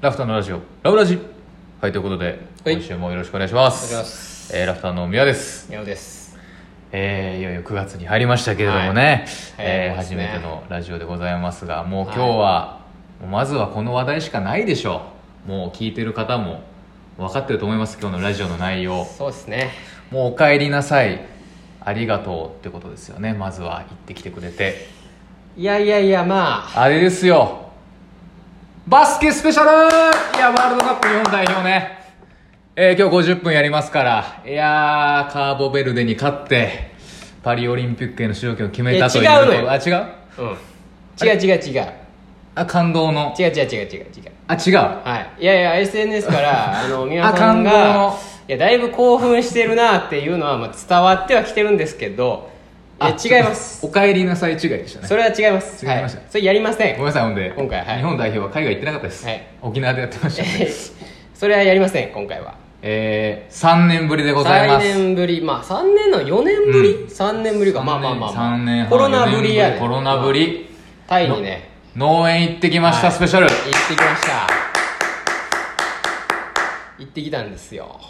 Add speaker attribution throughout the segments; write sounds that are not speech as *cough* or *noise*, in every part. Speaker 1: ラフターのラジオラブラジはいということで
Speaker 2: はい
Speaker 1: 今週もよろしくお願いします
Speaker 2: お願いしま
Speaker 1: えーラフターの宮です
Speaker 2: 宮尾です
Speaker 1: えーいよいよ9月に入りましたけれどもね、
Speaker 2: はい
Speaker 1: えー
Speaker 2: 早いもんです
Speaker 1: 初
Speaker 2: ね
Speaker 1: めてのラジオでございますがもう今日は、もうまずはこの話題しかないでしょうもう聞いてる方も分かってると思います今日のラジオの内容
Speaker 2: そうですね
Speaker 1: もうお帰りなさいありがとうってことですよねまずは行ってきてくれて
Speaker 2: いやいやいやまあ
Speaker 1: あれですよバスケスペシャルいやワールドカップ日本代表ねえー今日50分やりますからいやーカーボベルデに勝ってパリオリンピックへの出場権を決めたという
Speaker 2: いや違うのよ
Speaker 1: あ違う
Speaker 2: うん違う違う違う違う
Speaker 1: あ感動の
Speaker 2: 違う違う違う違う違う
Speaker 1: あ違う
Speaker 2: はいいやいや SNS から
Speaker 1: *laughs*
Speaker 2: あの宮尾さん
Speaker 1: あ感動
Speaker 2: が
Speaker 1: の
Speaker 2: いやだいぶ興奮してるなっていうのはまあ伝わってはきてるんですけどい
Speaker 1: あ
Speaker 2: や違います
Speaker 1: お帰りなさい違いでしたね
Speaker 2: それは違います
Speaker 1: 違いました
Speaker 2: はそれやりま
Speaker 1: ご
Speaker 2: せん
Speaker 1: めんなさいほんで
Speaker 2: 今回はい
Speaker 1: 日本代表は海外行ってなかったです、
Speaker 2: はい
Speaker 1: 沖縄でやってましたね
Speaker 2: *laughs* それはやりません今回は
Speaker 1: えー、3年ぶりでござい
Speaker 2: 3
Speaker 1: ます
Speaker 2: 年ぶりまあ3年の4年ぶり、三3年ぶりかまあまあまあ、まあ、
Speaker 1: 3年半
Speaker 2: コロナぶりや
Speaker 1: 四年
Speaker 2: ね
Speaker 1: コロナぶり
Speaker 2: タイにね
Speaker 1: 農園行ってきました、
Speaker 2: はい
Speaker 1: スペシャル
Speaker 2: 行ってきました行ってきたんですよ、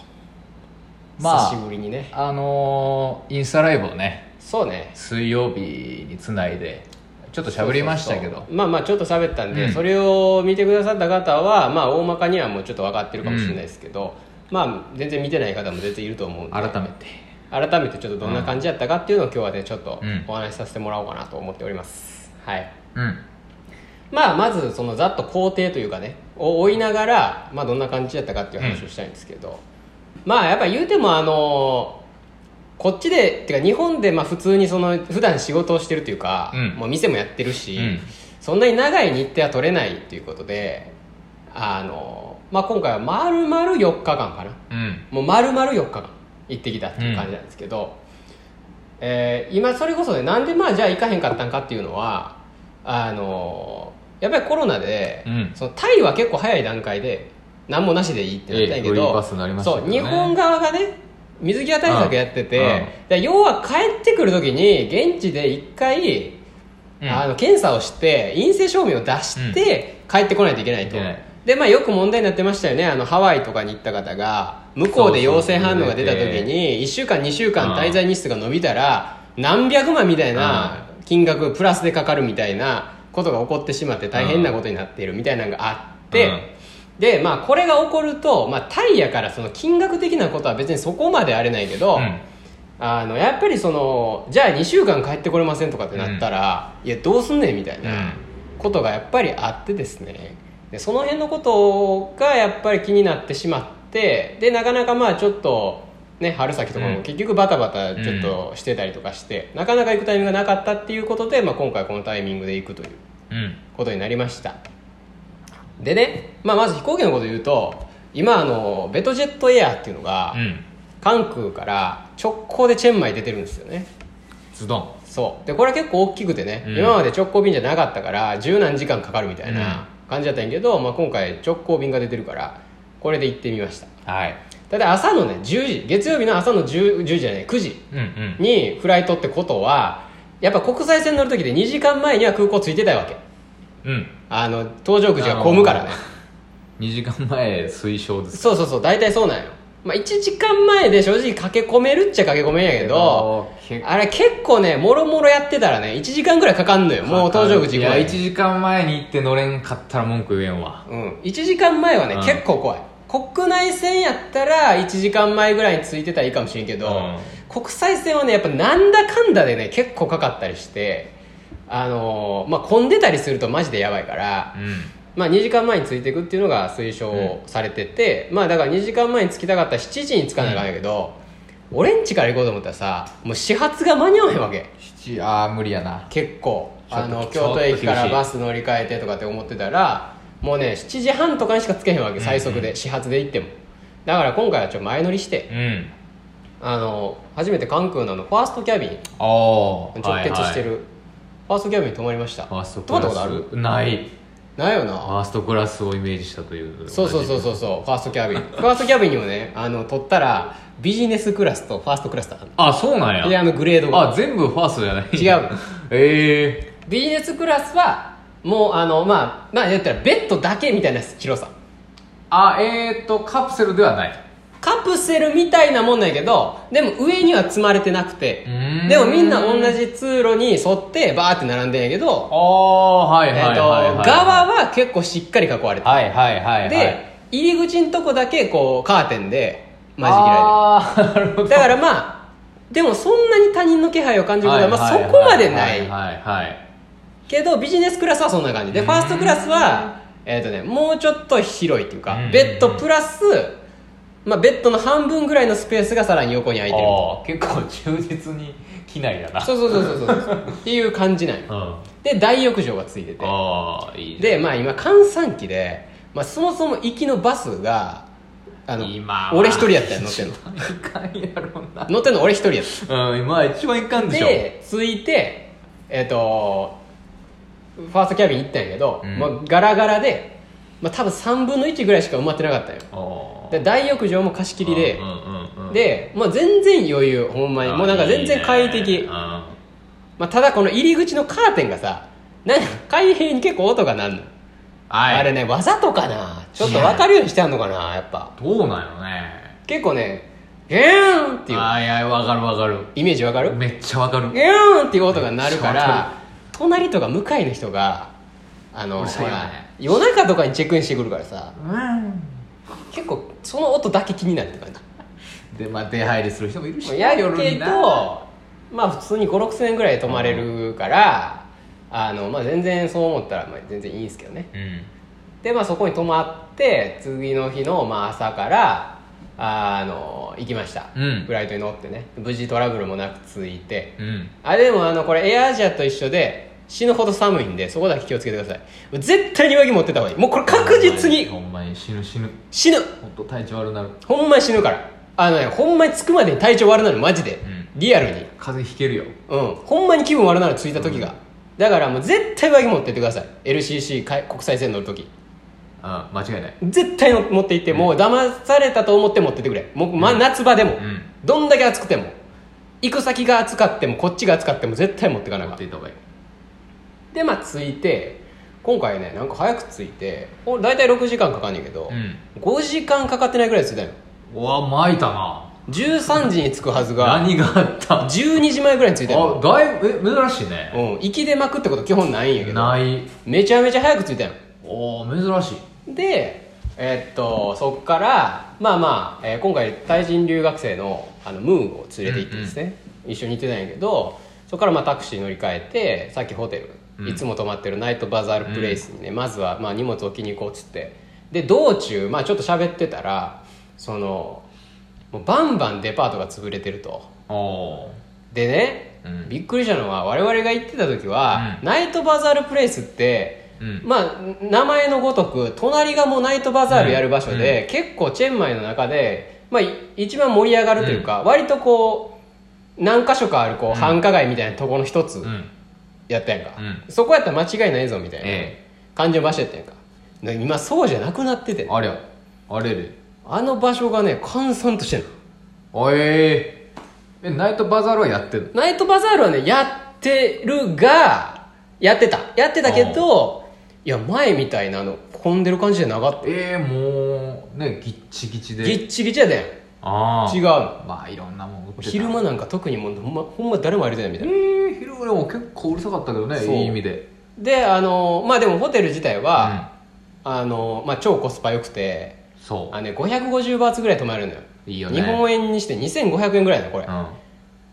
Speaker 1: まあ
Speaker 2: 久しぶりにね
Speaker 1: あのーインスタライブをね
Speaker 2: そうね
Speaker 1: 水曜日につないでちょっと喋りましたけど
Speaker 2: そうそうそうまあまあちょっと喋ったんで、
Speaker 1: うん
Speaker 2: それを見てくださった方はまあ大まかにはもうちょっと分かってるかもしれないですけど、まあ全然見てない方も全然いると思うんで
Speaker 1: 改めて
Speaker 2: 改めてちょっとどんな感じやったかっていうのを今日はねちょっと
Speaker 1: うん
Speaker 2: お話しさせてもらおうかなと思っております、はい
Speaker 1: うん
Speaker 2: まあまずそのざっと工程というかねを追いながら、まあ、どんな感じだったかっていう話をしたいんですけど、まあやっぱ言うてもあのこっちでっていうか日本でまあ普通にその普段仕事をしてるというか、
Speaker 1: うん
Speaker 2: もう店もやってるし、
Speaker 1: うん
Speaker 2: そんなに長い日程は取れないということであの、まあ、今回は丸々4日間かな
Speaker 1: うん
Speaker 2: もう丸々4日間行ってきたっていう感じなんですけど、えー今それこそねなんでまあじゃあ行かへんかったんかっていうのはあのーやっぱりコロナで、
Speaker 1: うん
Speaker 2: そのタイは結構早い段階で何もなしでいいってなったんやけ
Speaker 1: ええフリー
Speaker 2: ど、
Speaker 1: パスになりましたけ
Speaker 2: そ
Speaker 1: ど
Speaker 2: う
Speaker 1: ね
Speaker 2: 日本側がね水際対策やって
Speaker 1: うんうん
Speaker 2: て、で要は帰ってくる時に現地で一回、
Speaker 1: うん
Speaker 2: あの検査をして陰性証明を出して帰ってこないといけないと、
Speaker 1: いけない
Speaker 2: でまあ、よく問題になってましたよねあのハワイとかに行った方が向こうで陽性反応が出た時に1週間2週間滞在日数が伸びたら何百万みたいな金額プラスでかかるみたいなことが起こってしまって大変なことになっているみたいなのがあって、でまあこれが起こると、まあ、タイやからその金額的なことは別にそこまであれないけど、
Speaker 1: うん
Speaker 2: あのやっぱりそのじゃあ2週間帰ってこれませんとかってなったら、いやどうすんねんみたい
Speaker 1: うん
Speaker 2: なことがやっぱりあってですねでその辺のことがやっぱり気になってしまってでなかなかまあちょっと、ね、春先とか
Speaker 1: うん
Speaker 2: も結局バタバタちょっとしてたりとかして、なかなか行くタイミングがなかったっていうことで、まあ、今回このタイミングで行くという
Speaker 1: うん
Speaker 2: ことになりましたでね、まあ、まず飛行機のこと言うと今あのベトジェットエアっていうのが、
Speaker 1: うん
Speaker 2: 関空から直行でチェンマイ出てるんですよね
Speaker 1: ズドン
Speaker 2: そうでこれは結構大きくてね、
Speaker 1: うん
Speaker 2: 今まで直行便じゃなかったから十何時間かかるみたいな感じだったんやけど、まあ、今回直行便が出てるからこれで行ってみました
Speaker 1: はい
Speaker 2: ただ朝のね10時月曜日の朝の 10, 10時じゃない9時
Speaker 1: うんうん
Speaker 2: にフライトってことはやっぱ国際線乗る時で2時間前には空港着いてたわけ
Speaker 1: うん
Speaker 2: あの搭乗口が混むからね
Speaker 1: 2時間前推奨です
Speaker 2: そうそうそう大体そうなんよ、まあ、1時間前で正直駆け込めるっちゃ駆け込めんやけど
Speaker 1: けど
Speaker 2: あれ結構ねもろもろやってたらね1時間ぐらいかかんのよもう搭乗口
Speaker 1: い
Speaker 2: 行
Speaker 1: や
Speaker 2: く
Speaker 1: 1
Speaker 2: い
Speaker 1: 時間前に行って乗れんかったら文句言えんわ
Speaker 2: うん、1時間前はね、
Speaker 1: うん
Speaker 2: 結構怖い国内線やったら1時間前ぐらいについてたらいいかもしれんけど、
Speaker 1: うん
Speaker 2: 国際線はねやっぱなんだかんだでね結構かかったりしてあのーまあ混んでたりするとマジでやばいから、
Speaker 1: う
Speaker 2: まあ、2時間前に着いていくっていうのが推奨されてて、まあだから2時間前に着きたかったら7時に着かなあかんやけど、俺んちから行こうと思ったらさもう始発が間に合わへんわけ
Speaker 1: んああ無理やな
Speaker 2: 結構
Speaker 1: ちょっと
Speaker 2: あの
Speaker 1: ちょっ
Speaker 2: 京
Speaker 1: と
Speaker 2: 都駅か
Speaker 1: 厳し
Speaker 2: ら
Speaker 1: い
Speaker 2: バス乗り換えてとかって思ってたらもうね7時半とかにしか着けへんわけ最速で、始発で行ってもだから今回はちょっと前乗りして
Speaker 1: うん
Speaker 2: あの初めて関空のあのファーストキャビン
Speaker 1: ああ
Speaker 2: 直結してる、ファーストキャビンに泊まりました
Speaker 1: ファーストク
Speaker 2: 泊ま
Speaker 1: ラ
Speaker 2: っ
Speaker 1: ス
Speaker 2: たことある
Speaker 1: ない
Speaker 2: ないよ
Speaker 1: フ
Speaker 2: な
Speaker 1: ァーストクラスをイメージしたという
Speaker 2: そうそうそう
Speaker 1: う
Speaker 2: そうそうファーストキャ
Speaker 1: *laughs*
Speaker 2: ビンファーストキャビンにもねあの取ったらビジネスクラスとファーストクラスだったの
Speaker 1: あそうなんや
Speaker 2: であのグレードが
Speaker 1: あ全部ファーストじゃない
Speaker 2: 違う
Speaker 1: *laughs* ええ
Speaker 2: ビジネスクラスはもうあのまあまあ言ったらベッドだけみたいな広さ
Speaker 1: あえー、っとカプセルではない
Speaker 2: カプセルみたいなもんなんやけどでも上には積まれてなくて
Speaker 1: うーん
Speaker 2: でもみんな同じ通路に沿ってバーって並んでんやけ
Speaker 1: あ
Speaker 2: ど、
Speaker 1: あはいはい
Speaker 2: え
Speaker 1: は
Speaker 2: っ
Speaker 1: い
Speaker 2: と
Speaker 1: はい、
Speaker 2: 側は結構しっかり囲われてる
Speaker 1: はいはいはいはい
Speaker 2: で入り口のとこだけこうカーテンで間仕切ら
Speaker 1: あーなるほ
Speaker 2: れ
Speaker 1: ど
Speaker 2: てるだからまあでもそんなに他人の気配を感じることは、まあ、
Speaker 1: はい
Speaker 2: そこまでな
Speaker 1: はいは
Speaker 2: い
Speaker 1: いはいはい
Speaker 2: けどビジネスクラスはそんな感じでファーストクラスはえっ、とねもうちょっと広いっていうか
Speaker 1: うん
Speaker 2: ベッドプラス、まあ、ベッドの半分ぐらいのスペースがさらに横に空いてる
Speaker 1: あー結構忠実に機内だな
Speaker 2: そうそうそうそうそうっていう感じなんよ
Speaker 1: うんあ
Speaker 2: で大浴場がついてて
Speaker 1: あーいいね
Speaker 2: でまあ今閑散期で、まあ、そもそも行きのバスがあの
Speaker 1: 今は
Speaker 2: 俺一人やったよ乗ってん
Speaker 1: *laughs*
Speaker 2: の
Speaker 1: いかんやろうな
Speaker 2: 乗ってんの俺一人やっ
Speaker 1: うん今は一番いかん
Speaker 2: た
Speaker 1: でしょ
Speaker 2: で着いてえっ、とファーストキャビン行ったんやけど、
Speaker 1: うん
Speaker 2: まあ、ガラガラで、まあ、多分3分の1ぐらいしか埋まってなかったんよ
Speaker 1: あー
Speaker 2: で大浴場も貸し切りで
Speaker 1: うん、うんうん
Speaker 2: で、まあ、全然余裕ほんまにもうなんか全然快適
Speaker 1: いいねうん
Speaker 2: まあ、ただこの入り口のカーテンがさなんか開閉に結構音が鳴るの、
Speaker 1: はい
Speaker 2: あれねわざとかなちょっと分かるようにしてあんのかなやっぱ
Speaker 1: どうなんよね
Speaker 2: 結構ねギューンっていう
Speaker 1: あいやわかるわかる
Speaker 2: イメージわかる
Speaker 1: めっちゃわかる
Speaker 2: ギューンっていう音が鳴
Speaker 1: め
Speaker 2: るか
Speaker 1: っちゃわから
Speaker 2: 隣とか向かいの人があの
Speaker 1: うるさいよね
Speaker 2: ほら夜中とかにチェックインしてくるからさ
Speaker 1: うん
Speaker 2: 結構その音だけ気になるって感じ
Speaker 1: でまあ出入りする人もいるしね
Speaker 2: やけど
Speaker 1: 夜にな
Speaker 2: まあ普通に56000円ぐらいで泊まれるから、あのまあ、全然そう思ったらまあ全然いいんですけどね
Speaker 1: うん
Speaker 2: でまあそこに泊まって次の日のまあ朝からあーの行きました、
Speaker 1: うん
Speaker 2: フライトに乗ってね無事トラブルもなく着いて
Speaker 1: うん
Speaker 2: あでもあのこれエアアジアと一緒で死ぬほど寒いんでそこだけ気をつけてください絶対に上着持ってた方がいいもうこれ確実に
Speaker 1: ほんまに死ぬ死ぬ
Speaker 2: 死ぬ
Speaker 1: ほんと体調悪なる
Speaker 2: ほんまに死ぬからあのねほんまに着くまでに体調悪なるマジで、
Speaker 1: ん
Speaker 2: リアルに
Speaker 1: 風邪ひけるよ
Speaker 2: うんほんまに気分悪なる着いた時が、だからもう絶対上着持ってってください LCC かい国際線乗る時
Speaker 1: あ間違いない
Speaker 2: 絶対持って行って、もう騙されたと思って持ってってくれもう、ま夏場でも、
Speaker 1: ん
Speaker 2: どんだけ暑くても行く先が暑かってもこっちが暑かっても絶対持ってかなあ
Speaker 1: 持
Speaker 2: か
Speaker 1: っ
Speaker 2: ん
Speaker 1: ていた方がいい
Speaker 2: でまあ着いて今回ねなんか早く着いてお大体6時間かかんねんけど、
Speaker 1: うん
Speaker 2: 5時間かかってないぐらいで着いたよ
Speaker 1: うわ巻いたな
Speaker 2: 13時に着くはずが
Speaker 1: 何があったあ
Speaker 2: 12時前ぐらいに着いたよ、
Speaker 1: だいぶえ珍しいね
Speaker 2: うん、行き出まくってこと基本ないんやけど
Speaker 1: ない
Speaker 2: めちゃめちゃ早く着いたよ
Speaker 1: おお珍しい
Speaker 2: でえーっとそっからまあまあ、えー今回タイ人留学生のあのムーンを連れて行ってですね、一緒に行ってたんやけどそこからまあタクシー乗り換えてさっきホテル、
Speaker 1: うん
Speaker 2: いつも泊まってるナイトバザールプレイスにね、まずはまあ荷物置きに行こうっつってで道中、まあ、ちょっと喋ってたらそのもうバンバンデパートが潰れてると
Speaker 1: おお
Speaker 2: でね、
Speaker 1: うん
Speaker 2: びっくりしたのは我々が行ってた時は、
Speaker 1: う
Speaker 2: ナイトバザールプレイスって
Speaker 1: うん
Speaker 2: まあ名前のごとく隣がもうナイトバザールやる場所で、結構チェンマイの中で、まあ、い一番盛り上がるというか、割とこう何か所かあるこう、
Speaker 1: ん
Speaker 2: 繁華街みたいなところの一つ
Speaker 1: うん
Speaker 2: やったやんか、
Speaker 1: う
Speaker 2: そこやったら間違いないぞみたいな
Speaker 1: え
Speaker 2: 感じの場所やったやんかで今そうじゃなくなってて
Speaker 1: あれゃあれれ
Speaker 2: あの場所がね閑散としてる
Speaker 1: おえー、えナイトバザールはやってる
Speaker 2: ナイトバザールはねやってるがやってたやってたけどいや前みたいなあの混んでる感じじゃなかった
Speaker 1: ええー、もうねギッチギチで
Speaker 2: ぎっちぎちやでん
Speaker 1: ああ
Speaker 2: 違うの
Speaker 1: まあいろんなもん売ってた
Speaker 2: 昼間なんか特にもうほんまほんま誰も歩いてないみたい
Speaker 1: え
Speaker 2: な、
Speaker 1: ー、昼間でも結構うるさかったけどね
Speaker 2: そう
Speaker 1: いい意味で
Speaker 2: であのまあでもホテル自体は、あのまあ、超コスパ良くて
Speaker 1: うんそ
Speaker 2: あの、ね、550バーツぐらい泊まれるのよ
Speaker 1: ういいよね
Speaker 2: 日本円にして2500円ぐらいなのこれ、
Speaker 1: うん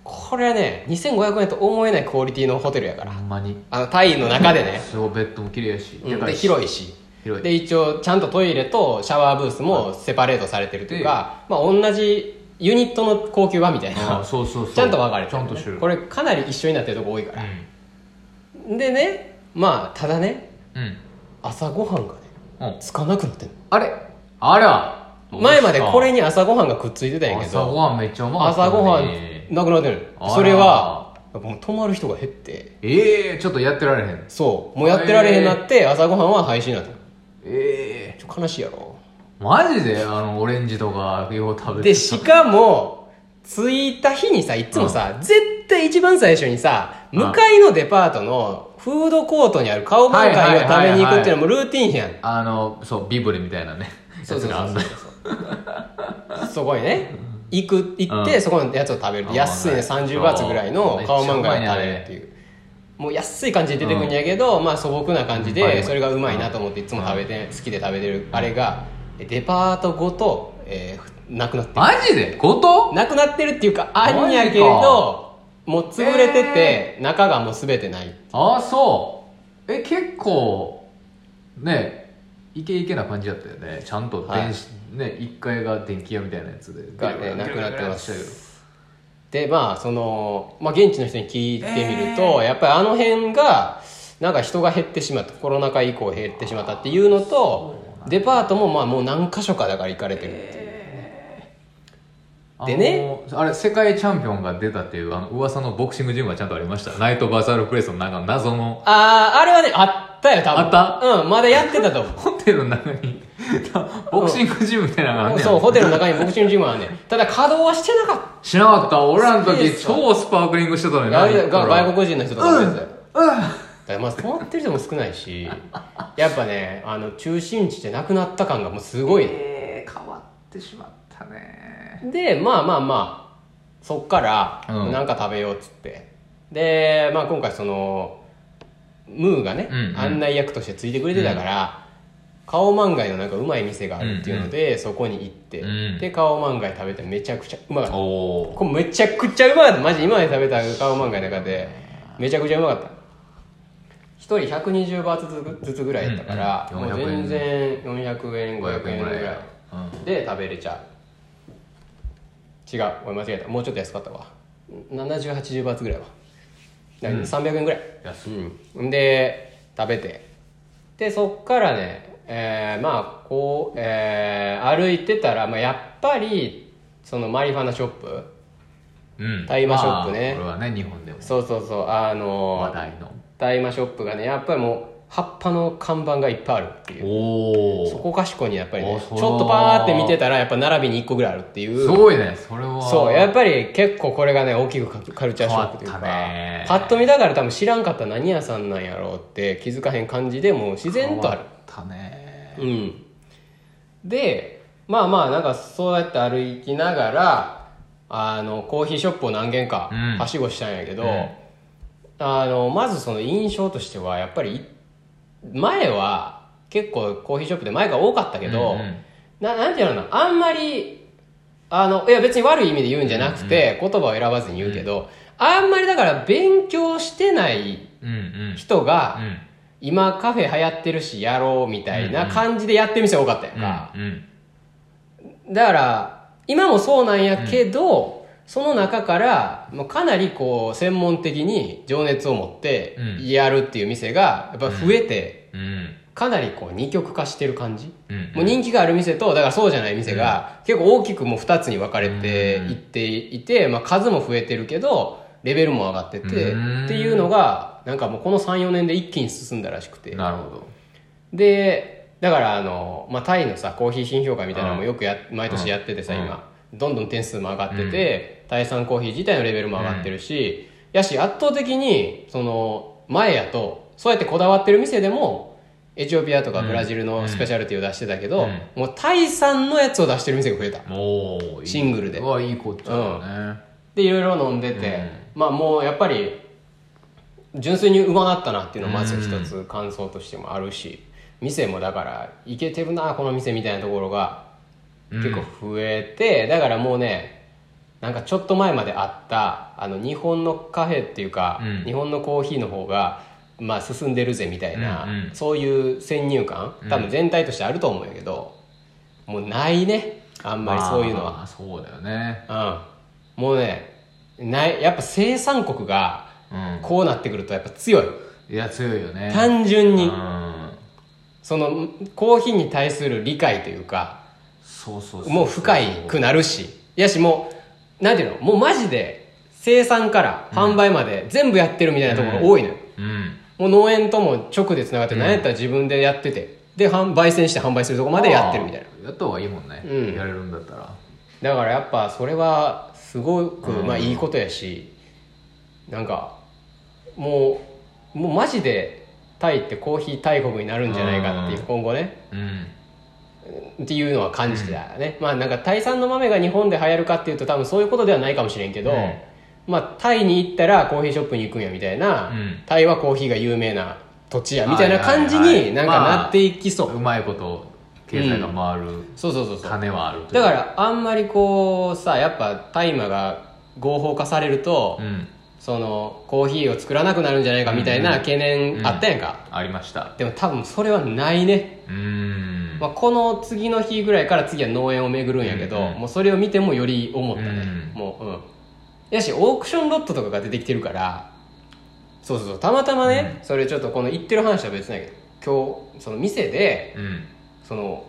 Speaker 2: これはね2500円と思えないクオリティのホテルやから
Speaker 1: ほんまに
Speaker 2: あのタイの中でね、
Speaker 1: そうベッドも綺麗やし、
Speaker 2: うん
Speaker 1: でか
Speaker 2: で
Speaker 1: いし
Speaker 2: 広いし
Speaker 1: 広い
Speaker 2: で一応ちゃんとトイレとシャワーブースもセパレートされてるというか、まあ、同じユニットの高級版みた
Speaker 1: あ
Speaker 2: いな
Speaker 1: あそうそうそう
Speaker 2: ちゃんと分かれて
Speaker 1: ち
Speaker 2: る
Speaker 1: ゃ
Speaker 2: ね、
Speaker 1: んとしてる
Speaker 2: これかなり一緒になってるとこ多いから、でねまあただね
Speaker 1: うん、うん
Speaker 2: 朝ごはんがね
Speaker 1: うん、
Speaker 2: つかなくなってん
Speaker 1: あれあら
Speaker 2: の前までこれ
Speaker 1: に
Speaker 2: に朝ごはんがくっついてたんやけ
Speaker 1: 朝ご
Speaker 2: ど
Speaker 1: はんめっちゃうまかった
Speaker 2: 朝ごは
Speaker 1: ね
Speaker 2: んなくなってる
Speaker 1: あら
Speaker 2: それはもう泊まる人が減って
Speaker 1: ええちょっとやってられへん
Speaker 2: そうもうやってられへんなって朝ごはんは廃止になったの
Speaker 1: ええ
Speaker 2: ちょ悲しいやろ
Speaker 1: マジであのオレンジとかよう食べて
Speaker 2: でしかも着いた日にさいつもさ絶対で一番最初にさ向かいのデパートのフードコートにある顔文会を食べに行くっていうのもルーティンやん
Speaker 1: あのそうビブレみたいなね
Speaker 2: そうそう
Speaker 1: やつ
Speaker 2: そ
Speaker 1: が
Speaker 2: うそうそこにね行く行ってそこのやつを食べる
Speaker 1: うん
Speaker 2: 安いね30バーツぐらいの顔漫画を食べるっていうもう安い感じで出てくるんやけど、まあ素朴な感じ
Speaker 1: うんはいは
Speaker 2: で
Speaker 1: い
Speaker 2: それがうまいなと思っていつも食べて好きで食べてるあれがデパートごと、えーなくなって
Speaker 1: マジで後藤
Speaker 2: なくなってるっていうかあるんやけれ
Speaker 1: マジ
Speaker 2: どもう潰れてて、中がもう全てない
Speaker 1: ああそうえ結構ねイケイケな感じだったよねちゃんと電子、ね1階が電気屋みたいなやつで
Speaker 2: がねなくなってましたけど
Speaker 1: ど
Speaker 2: でまあその、まあ、現地の人に聞いてみると、やっぱりあの辺がなんか人が減ってしまったコロナ禍以降減ってしまったっていうのとデパートもまあもう何箇所かだから行かれてるっていう、でね
Speaker 1: あのあれ世界チャンピオンが出たっていうあの噂のボクシングジムはちゃんとありましたナイトバーサルプレイスの中の謎の
Speaker 2: あああれはねあったよ多分
Speaker 1: あ
Speaker 2: うんまだやってたと思う
Speaker 1: ホテルの中にボクシングジムみたいなのがあんねや
Speaker 2: そうホテルの中にボクシングジムはねただ稼働はしてなかっ
Speaker 1: しなかった俺らの
Speaker 2: スペー
Speaker 1: 時
Speaker 2: ス
Speaker 1: 超スパークリングしてたの
Speaker 2: た
Speaker 1: に
Speaker 2: が
Speaker 1: な行ったら
Speaker 2: 外国人の人とかもやってたよ
Speaker 1: うん
Speaker 2: だからまあ泊まってる人も少ないしやっぱねあの中心地でなくなった感がもうすごいね
Speaker 1: えー変わってしまったね
Speaker 2: でまあまあまあそっから
Speaker 1: うん
Speaker 2: なんか食べようっつって、で、まあ、今回そのムーがね、
Speaker 1: うんうん
Speaker 2: 案内役としてついてくれてたから、顔まんがいのなんかうまい店があるっていうので、そこに行って、
Speaker 1: うん
Speaker 2: で顔まんがい食べてめちゃくちゃうまかった
Speaker 1: おお
Speaker 2: これめちゃくちゃうまかったマジ今まで食べた顔まんがいの中でめちゃくちゃうまかった一人120バーツずつずつぐらいやったから、
Speaker 1: うんうん
Speaker 2: もう
Speaker 1: 400円
Speaker 2: 全然400円500
Speaker 1: 500
Speaker 2: 円
Speaker 1: 円
Speaker 2: ぐ
Speaker 1: ぐ
Speaker 2: ら
Speaker 1: ら
Speaker 2: い
Speaker 1: いや
Speaker 2: で食べれちゃう違う俺間違えたもうちょっと安かったわ7080バーツぐらいはだから300円ぐらい、
Speaker 1: 安
Speaker 2: うん、で食べてでそっからね、えーまあこう、えー歩いてたら、まあ、やっぱりそのマリファナショップ
Speaker 1: うん
Speaker 2: 大麻ショップ
Speaker 1: ま
Speaker 2: ね
Speaker 1: あこれはね日本でも
Speaker 2: そうそうそうあの
Speaker 1: 話
Speaker 2: ー
Speaker 1: 題の
Speaker 2: 大麻ショップがねやっぱりもう葉っぱの看板がいっぱいあるっていう
Speaker 1: おお
Speaker 2: そこかしこにやっぱりね
Speaker 1: あ
Speaker 2: ち
Speaker 1: そ
Speaker 2: ょ
Speaker 1: う
Speaker 2: っとパーって見てたらやっぱ並びに1個ぐらいあるっていう
Speaker 1: すごいねそれは
Speaker 2: そうやっぱり結構これがね大きくカカルチャーショックというか
Speaker 1: 変わったね
Speaker 2: パッと見だから多分知らんかったら何屋さんなんやろうって気づかへん感じでもう自然とある
Speaker 1: 変わったね
Speaker 2: うんでまあまあなんかそうやって歩きながらあのコーヒーショップを何軒か
Speaker 1: うん
Speaker 2: はしごしたんやけど、
Speaker 1: うん
Speaker 2: あのまずその印象としてはやっぱり前は結構コーヒーショップで前が多かったけど、
Speaker 1: うんうん
Speaker 2: ななんていうのかなあんまりあのいや別に悪い意味で言うんじゃなくて、言葉を選ばずに言うけど、あんまりだから勉強してない
Speaker 1: うんうん
Speaker 2: 人が、
Speaker 1: うん
Speaker 2: 今カフェ流行ってるしやろうみたいな感じでやってる店多かったやんか、
Speaker 1: うんうん
Speaker 2: だから今もそうなんやけど、その中からもうかなりこう専門的に情熱を持って
Speaker 1: うん
Speaker 2: やるっていう店がやっぱ増えて、
Speaker 1: うん
Speaker 2: かなりこう二極化してる感じ、
Speaker 1: うん
Speaker 2: もう人気がある店とだからそうじゃない店が結構大きくもう2つに分かれていっていて、まあ、数も増えてるけどレベルも上がっててって
Speaker 1: うん
Speaker 2: いうのがなんかもうこの34年で一気に進んだらしくて
Speaker 1: なるほど
Speaker 2: でだからあの、まあ、タイのさコーヒー品評会みたいなのもよくや、毎年やっててさ、
Speaker 1: うん
Speaker 2: 今どんどん点数も上がってて、タイ産コーヒー自体のレベルも上がってるし、やし圧倒的にその前やとそうやってこだわってる店でもエチオピアとかブラジルのスペシャルティを出してたけど、
Speaker 1: うん
Speaker 2: もうタイ産のやつを出してる店が増えた
Speaker 1: おーいい
Speaker 2: シングルで
Speaker 1: うわいいこっちゃだね
Speaker 2: でいろいろ飲んでて、まあもうやっぱり純粋にうまなったなっていうのはまず一つ感想としてもあるし、店もだからいけてるなこの店みたいなところが結構増えて、だからもうねなんかちょっと前まであったあの日本のカフェっていうか、
Speaker 1: うん
Speaker 2: 日本のコーヒーの方が、まあ、進んでるぜみたいな、
Speaker 1: うんうん
Speaker 2: そういう先入観多分全体としてあると思うんやけど、もうないねあんまりそういうのは。
Speaker 1: まあそうだよね
Speaker 2: うん、もうねないやっぱ生産国が
Speaker 1: うん
Speaker 2: こうなってくるとやっぱ強い
Speaker 1: いや強いよね
Speaker 2: 単純に
Speaker 1: うん
Speaker 2: そのコーヒーに対する理解というか
Speaker 1: そうそうそう
Speaker 2: もう深いくなるしやしもうなんていうのもうマジで生産から販売まで全部やってるみたいなところが多いのよ、
Speaker 1: うん
Speaker 2: もう農園とも直でつながって何やったら自分でやっててで販売煎して販売するとこまでやってるみたいな
Speaker 1: やった方がいいもんね、
Speaker 2: うん
Speaker 1: やれるんだったら
Speaker 2: だからやっぱそれはすごく、まあいいことやしなんかもうもうマジでタイってコーヒー大国になるんじゃないかっていう
Speaker 1: うん
Speaker 2: 今後ね
Speaker 1: うん
Speaker 2: っていうのは感じたね、まあなんかタイ産の豆が日本で流行るかっていうと多分そういうことではないかもしれんけど、
Speaker 1: うん
Speaker 2: まあタイに行ったらコーヒーショップに行くんやみたいな、
Speaker 1: うん
Speaker 2: タイはコーヒーが有名な土地やみたいな感じ
Speaker 1: はいはいはい
Speaker 2: になんかなっていきそう、
Speaker 1: うまいこと経済が回る
Speaker 2: そうそうそうそう
Speaker 1: 金はあるとい
Speaker 2: だ
Speaker 1: う
Speaker 2: からあんまりこうさやっぱ大麻が合法化されると、
Speaker 1: うん
Speaker 2: そのコーヒーを作らなくなるんじゃないかみたいな懸念あったやんか、
Speaker 1: ありました
Speaker 2: でも多分それはないね、
Speaker 1: うーん
Speaker 2: まあ、この次の日ぐらいから次は農園を巡るんやけど、
Speaker 1: うんうん
Speaker 2: もうそれを見てもより思ったね、
Speaker 1: う
Speaker 2: もううんやしオークションロットとかが出てきてるからそうそうそうたまたまね、それちょっとこの言ってる話は別なんやけど今日その店で
Speaker 1: うん
Speaker 2: その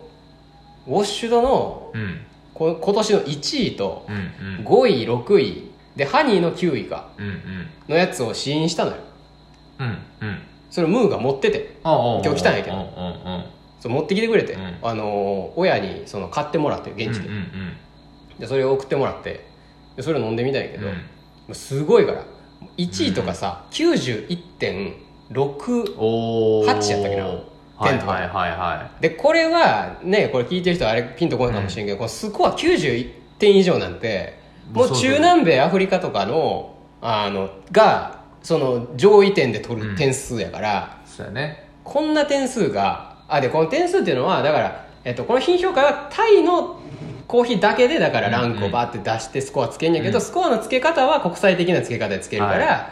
Speaker 2: ウォッシュドの
Speaker 1: うん
Speaker 2: こ今年の1位と
Speaker 1: うんうん
Speaker 2: 5位6位でハニーの9位か
Speaker 1: うん
Speaker 2: のやつを試飲したのよ
Speaker 1: うんうんうん
Speaker 2: それをムーが持ってて
Speaker 1: 今
Speaker 2: 今日来たんやけど
Speaker 1: うんうん
Speaker 2: そう持ってきてくれて、
Speaker 1: うん
Speaker 2: あのー親にその買ってもらって
Speaker 1: うん
Speaker 2: 現地で,、
Speaker 1: うん
Speaker 2: でそれを送ってもらってでそれを飲んでみたんやけ
Speaker 1: うん
Speaker 2: ど、
Speaker 1: う
Speaker 2: も
Speaker 1: ん
Speaker 2: うすごいから1位とかさ、91.6
Speaker 1: おお
Speaker 2: 8やったっけな
Speaker 1: はい
Speaker 2: 10とか
Speaker 1: はいはいは
Speaker 2: でこれはねこれ聞いてる人はあれピンとこないかもしれんけど、このスコア91点以上なんてもう
Speaker 1: そうそう
Speaker 2: 中南米アフリカとかのあのがその上位点で取
Speaker 1: うん
Speaker 2: る点数やから、
Speaker 1: いそうやね
Speaker 2: こんな点数があでこの点数っていうのはだから、えっと、この品評会はタイのコーヒーだけでだからランクをバーって出してスコアつけんやけど、
Speaker 1: うん
Speaker 2: スコアのつけ方は国際的なつけ方でつけるから、
Speaker 1: は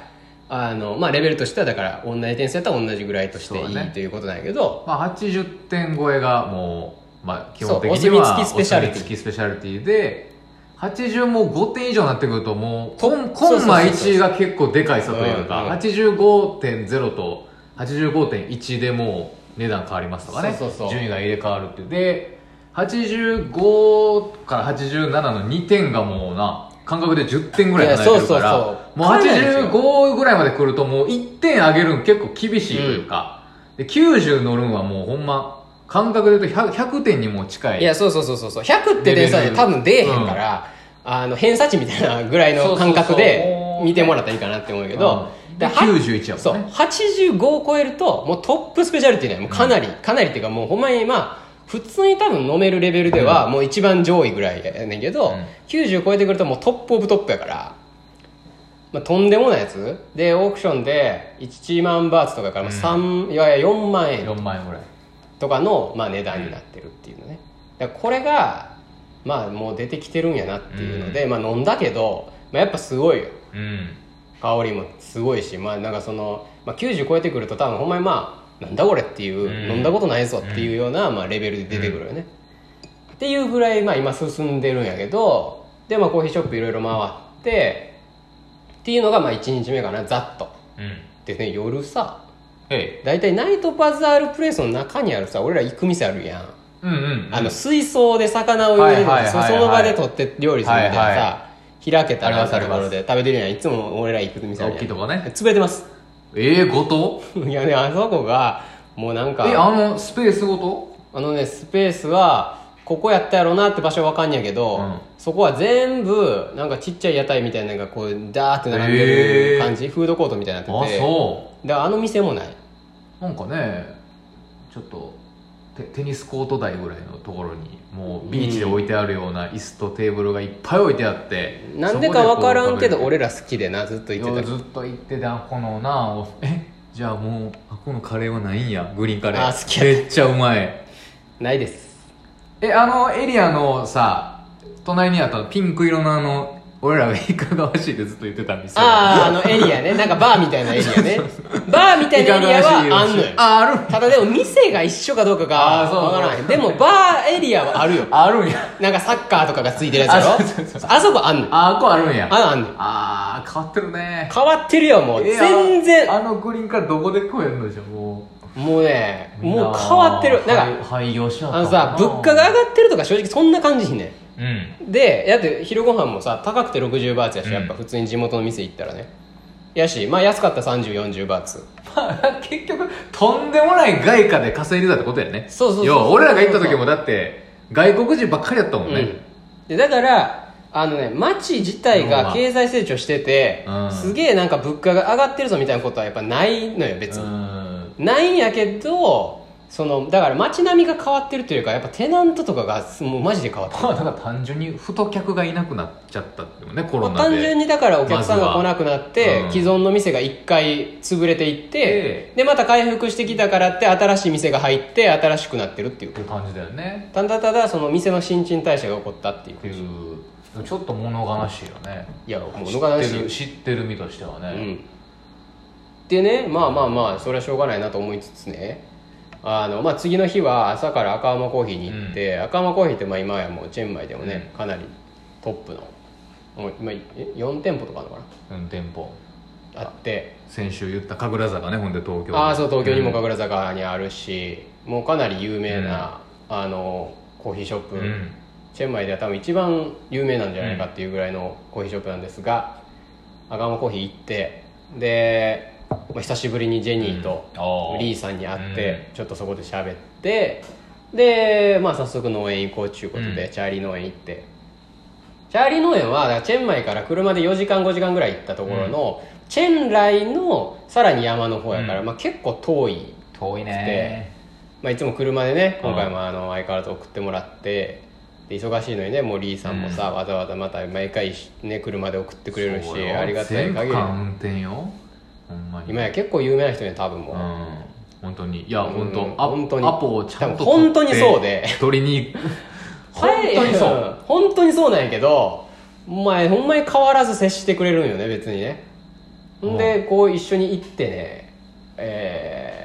Speaker 2: あのまあ、レベルとしてはだから同じ点数やったら同じぐらいとしてい
Speaker 1: そう
Speaker 2: い、
Speaker 1: だね
Speaker 2: ということなんやけど
Speaker 1: まあ80点超えがもうまあ基本的
Speaker 2: そ
Speaker 1: に
Speaker 2: うお
Speaker 1: は
Speaker 2: 墨付きスペシャリテ
Speaker 1: お
Speaker 2: ィ
Speaker 1: 墨付きスペシャリティで80も5点以上になってくるともう
Speaker 2: と
Speaker 1: コンコンマ
Speaker 2: そうそうそうそう
Speaker 1: 1が結構でかい差という
Speaker 2: うんうん
Speaker 1: か85.0と85.1でもう値段変わりますとかね
Speaker 2: そうそうそう
Speaker 1: 順位が入れ替わるっていうで85から87の2点がもうな感覚で10点ぐらい離れてるか
Speaker 2: いやそうそう
Speaker 1: ら
Speaker 2: そう
Speaker 1: もう
Speaker 2: 変わらないですよ
Speaker 1: 85ぐらいまで来るともう1点上げるの結構厳しいというか、で90乗るんはもうほんま感覚で言うと 100, 100点にも近い
Speaker 2: いやそうそうそうそうそう100って点差で多分出えへんから、あの偏差値みたいなぐらいの感覚
Speaker 1: そうそう
Speaker 2: で
Speaker 1: そう
Speaker 2: 見てもらったらいいかなって思うけど、
Speaker 1: うん
Speaker 2: で
Speaker 1: で91や
Speaker 2: そう
Speaker 1: もんね
Speaker 2: 85を超えるともうトップスペシャリティだよもうかなり、かなりっていうかもうほんまにまあ普通に多分飲めるレベルではもう一番上位ぐらいやねんけど、
Speaker 1: うん
Speaker 2: 90超えてくるともうトップオブトップやから、まあ、とんでもないやつでオークションで1万バーツとかからまあ三いやいや4万円
Speaker 1: 4万円ぐらい
Speaker 2: とかの、まあ、値段になってるっていうのねだからこれがまあもう出てきてるんやなっていうので、まあ飲んだけど、まあ、やっぱすごいよ
Speaker 1: うん
Speaker 2: 香りもすごいしまあなんかその、まあ、90超えてくると多分ほんまにまあなんだこれっていう、
Speaker 1: うん
Speaker 2: 飲んだことないぞっていうような、まあ、レベルで出てくるよね、っていうぐらい、まあ、今進んでるんやけどでまあコーヒーショップいろいろ回ってっていうのがまあ1日目かなざっと
Speaker 1: うん
Speaker 2: でね夜さ
Speaker 1: ええ
Speaker 2: 大体ナイトバザールプレイスの中にあるさ俺ら行く店あるやん
Speaker 1: うんうん
Speaker 2: あの水槽で魚を入れるの
Speaker 1: はいはいはいはい
Speaker 2: その場で取って料理するみたいなさ、
Speaker 1: はい
Speaker 2: 開けたら
Speaker 1: あ
Speaker 2: と
Speaker 1: り
Speaker 2: こ
Speaker 1: ますありま
Speaker 2: ろ
Speaker 1: す
Speaker 2: で食べてるやんいつも俺ら行く店あるやん
Speaker 1: 大きいとこね
Speaker 2: 潰れてます
Speaker 1: ええごと
Speaker 2: *laughs* いやねあそこがもうなんか
Speaker 1: え
Speaker 2: あ
Speaker 1: あのスペースごと
Speaker 2: のねスペースはここやったやろなって場所わかんやけど、
Speaker 1: うん
Speaker 2: そこは全部なんかちっちゃい屋台みたいなのがこうダーって並んで
Speaker 1: へ
Speaker 2: る
Speaker 1: ー
Speaker 2: 感じ、フードコートみたいに
Speaker 1: あ
Speaker 2: なってて
Speaker 1: そ
Speaker 2: だからあの店もないう
Speaker 1: なんかねちょっとテテニスコート台ぐらいのところにもうビーチで置いてあるような椅子とテーブルがいっぱい置いてあって
Speaker 2: なんでかわから
Speaker 1: そこでこう
Speaker 2: んけど
Speaker 1: 食べる
Speaker 2: 俺ら好きでなずっと行ってた
Speaker 1: ずっと行ってたこのなあえじゃあもうあこのカレーはないんやグリーンカレー
Speaker 2: あ好きや
Speaker 1: めっちゃうまい
Speaker 2: ないです
Speaker 1: えあのエリアのさ隣にあったピンク色のあの俺らがいかがわしいってずっと言ってた店
Speaker 2: あああのエリアねなんかバーみたいなエリ
Speaker 1: *laughs*
Speaker 2: アねバーみたいなエリア
Speaker 1: いかが
Speaker 2: はあ
Speaker 1: わし
Speaker 2: ん
Speaker 1: い
Speaker 2: の
Speaker 1: よ
Speaker 2: よ
Speaker 1: あある
Speaker 2: ただでも店が一緒かどうかが
Speaker 1: あーそう
Speaker 2: わからないでもバーエリアはあるよ
Speaker 1: あるんや
Speaker 2: なんかサッカーとかがついてるやつやろ
Speaker 1: あそうそうそう
Speaker 2: あそこあんのよ
Speaker 1: ああこあるんや
Speaker 2: あのあんのよ
Speaker 1: あー変わってるね
Speaker 2: 変わってるよもう
Speaker 1: えー
Speaker 2: 全
Speaker 1: あ
Speaker 2: 然
Speaker 1: のあのグリーンからどこで食えるのじゃも
Speaker 2: もうね
Speaker 1: う
Speaker 2: もう変わってるなん
Speaker 1: か
Speaker 2: か
Speaker 1: 廃業しちゃった
Speaker 2: あのさ物価が上がってるとか正直そんな感じしね
Speaker 1: うん
Speaker 2: でだって昼ご飯もさ高くて60バーツやし、
Speaker 1: うん
Speaker 2: やっぱ普通に地元の店行ったらねやしまあ安かった3040バーツ
Speaker 1: まあ、結局とんでもない外貨で稼いでたってことやね
Speaker 2: そうそうそう
Speaker 1: 要は俺らが行った時もだって外国人ばっかりやったもん
Speaker 2: うん
Speaker 1: ね、
Speaker 2: でだからあのね町自体が経済成長してて、
Speaker 1: うん
Speaker 2: すげえなんか物価が上がってるぞみたいなことはやっぱないのよ別
Speaker 1: う
Speaker 2: に、
Speaker 1: ん
Speaker 2: ないんやけどそのだから街並みが変わってるというかやっぱテナントとかがもうマジで変わって
Speaker 1: *laughs*
Speaker 2: る
Speaker 1: まあだから単純に太客がいなくなっちゃったっていうねコロ
Speaker 2: まあ
Speaker 1: ナ
Speaker 2: 単
Speaker 1: で
Speaker 2: 純にだからお客さんが来なくな
Speaker 1: ま
Speaker 2: っ
Speaker 1: ずはうん
Speaker 2: て既存の店が1回潰れていって
Speaker 1: え
Speaker 2: でまた回復してきたからって新しい店が入って新しくなってるっていう
Speaker 1: って感じだよね
Speaker 2: ただただその店の新陳代謝が起こったっていう
Speaker 1: っていうちょっと物悲しいよね
Speaker 2: いや物悲
Speaker 1: 知って
Speaker 2: しい
Speaker 1: る知ってる身としてはね、
Speaker 2: うん、でねまあまあまあそれはしょうがないなと思いつつねあの、まあ、次の日は朝から赤浜コーヒーに行って、赤浜コーヒーってまあ今やもうチェンマイでもね、かなりトップのもう今え4店舗とかあるのか
Speaker 1: うん、店舗
Speaker 2: なあって
Speaker 1: 先週言った神楽坂ねほんで東京
Speaker 2: ああそう東京にも
Speaker 1: か
Speaker 2: 神楽坂にあるし、もうかなり有名な、あのコーヒーショップ、
Speaker 1: うん
Speaker 2: チェンマイでは多分一番有名なんじゃないかっていうぐらいのコーヒーショップなんですが、赤浜コーヒー行ってで、まあ久しぶりにジェニーと
Speaker 1: うんあー
Speaker 2: リーさんに会って、ちょっとそこで喋ってで、まあ、早速農園行こうっちゅうことで、
Speaker 1: う
Speaker 2: チャーリー農園行ってチャーリー農園はだからチェンマイから車で4時間5時間ぐらい行ったところの、チェンライのさらに山の方やから、
Speaker 1: うん
Speaker 2: まあ、結構遠い
Speaker 1: 遠いね
Speaker 2: ねまあ、いつも車でね今回
Speaker 1: う
Speaker 2: もあの相変わらず送ってもらってで忙しいのにねもうリーさんもさ、わざわざまた毎回し、ね、車で送ってくれるし
Speaker 1: そうよ
Speaker 2: ありがたい
Speaker 1: 全
Speaker 2: 限
Speaker 1: 区
Speaker 2: り
Speaker 1: 間運転よほんまに
Speaker 2: 今や結構有名な人ね多分
Speaker 1: う
Speaker 2: も
Speaker 1: ん
Speaker 2: う、
Speaker 1: 本当にいや
Speaker 2: うん
Speaker 1: 本当、ア
Speaker 2: 本当に
Speaker 1: アポをちゃんと
Speaker 2: 多分本当にそうで
Speaker 1: 取りに本当にそう
Speaker 2: う本当にそうなんやけどお前ほんまに変わらず接してくれるんよね別にねんでこう一緒に行ってねえー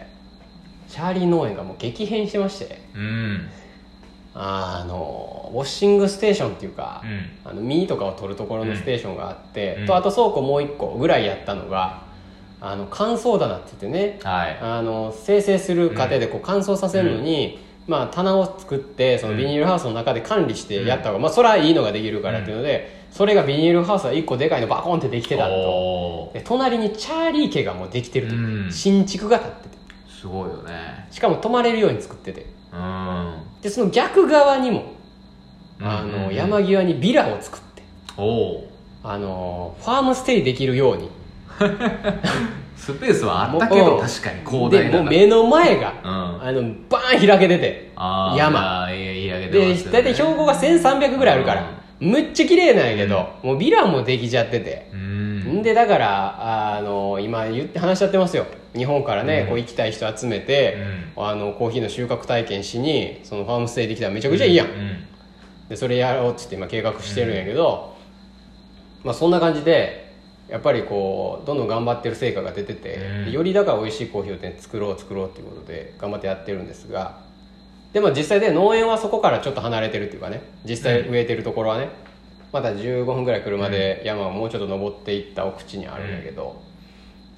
Speaker 2: チャーリー農園がもう激変してまして
Speaker 1: うん
Speaker 2: あのウォッシングステーションっていうか、
Speaker 1: うん
Speaker 2: あのミニとかを取るところのステーションがあって、
Speaker 1: うん
Speaker 2: とあと倉庫もう一個ぐらいやったのがあの乾燥棚って言ってね
Speaker 1: はい
Speaker 2: あの生成する過程でこう乾燥させるのに、まあ、棚を作ってそのビニールハウスの中で管理してやった方が、まあ、それはいいのができるからっていうので、それがビニールハウスは1個でかいのバコンってできてたと
Speaker 1: おー
Speaker 2: で隣にチャーリー家がもうできてると、
Speaker 1: うん
Speaker 2: 新築が建ってて
Speaker 1: すごいよね
Speaker 2: しかも泊まれるように作ってて
Speaker 1: うんあ
Speaker 2: でその逆側にもあの山際にビラを作って
Speaker 1: おおー
Speaker 2: あのファームステイできるように
Speaker 1: スペースはあったけど
Speaker 2: もう
Speaker 1: 確かに広
Speaker 2: で
Speaker 1: 大
Speaker 2: も
Speaker 1: な
Speaker 2: う目の前が、
Speaker 1: うん
Speaker 2: あのバーン開けてて
Speaker 1: あー
Speaker 2: 山
Speaker 1: あーいやいやいや
Speaker 2: で大体標高が1300ぐらいあるから、むっちゃ綺麗なんやけど、もうビラもできちゃってて、
Speaker 1: うん
Speaker 2: んでだからあの今言って話しちゃってますよ日本からね、
Speaker 1: うん
Speaker 2: こう行きたい人集めて、あのコーヒーの収穫体験しにそのファームステイできたらめちゃくちゃいいやん、
Speaker 1: うん
Speaker 2: でそれやろうっつって今計画してるんやけど、まあ、そんな感じでやっぱりこうどんどん頑張ってる成果が出てて、
Speaker 1: うん
Speaker 2: でよりだから美味しいコーヒーを、ね、作ろう作ろうっていうことで頑張ってやってるんですがでも実際で農園はそこからちょっと離れてるっていうかね実際植えてるところはね、まだ15分ぐらい車で山をもうちょっと登っていった奥地にあるんやけど、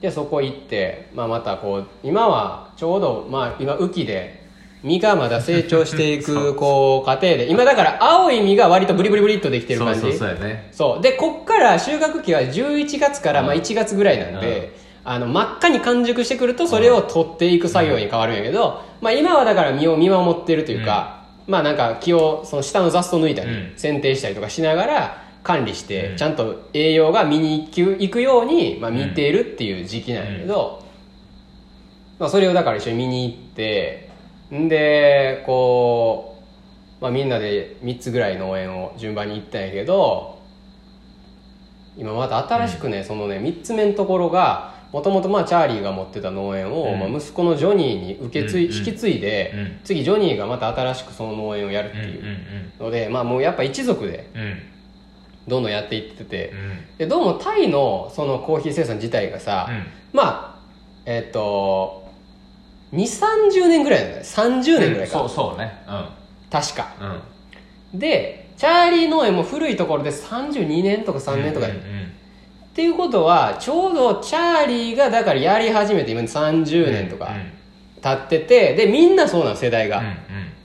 Speaker 2: でそこ行って、まあ、またこう今はちょうど、まあ、今雨季で実がまだ成長して
Speaker 1: *laughs*
Speaker 2: い
Speaker 1: そう
Speaker 2: くこう過程で今だから青い実が割とブリブリブリっとできてる
Speaker 1: そう
Speaker 2: 感じ
Speaker 1: そうそうやね
Speaker 2: そうでこっから収穫期は11月からまあ1月ぐらいなんで、あの真っ赤に完熟してくるとそれを取っていく作業に変わるんやけど、まあ、今はだから実を見守ってるというか、まあなんか木をその下の雑草抜いたり、
Speaker 1: うん
Speaker 2: 剪定したりとかしながら管理して、
Speaker 1: うん
Speaker 2: ちゃんと栄養が実に行くように、まあ、見ているっていう時期なんやけど、まあ、それをだから一緒に見に行ってんでこう、まあ、みんなで3つぐらい農園を順番に行ったんやけど今また新しくね、そのね3つ目のところがもともとまあチャーリーが持ってた農園を、
Speaker 1: うん
Speaker 2: まあ、息子のジョニーに受け継い、
Speaker 1: うんうん
Speaker 2: 引き継いで、
Speaker 1: うん
Speaker 2: 次ジョニーがまた新しくその農園をやるっ
Speaker 1: う
Speaker 2: て
Speaker 1: んうん
Speaker 2: いうので、まあ、もうやっぱ一族で
Speaker 1: うんうん
Speaker 2: どんどんやっていってて
Speaker 1: うん
Speaker 2: でどうもタイのそのコーヒー生産自体がさ、まあえっ、と2 3 0年ぐらいなんだよ30年ぐらいか、
Speaker 1: そうそうねう
Speaker 2: 確か
Speaker 1: んうん
Speaker 2: でチャーリー農園も古いところで32年とか3年とか、
Speaker 1: うんう
Speaker 2: っ
Speaker 1: ん
Speaker 2: ていうことはちょうどチャーリーがだからやり始めて今30年とか
Speaker 1: うん
Speaker 2: 経っててでみんなそうなの世代が、
Speaker 1: うん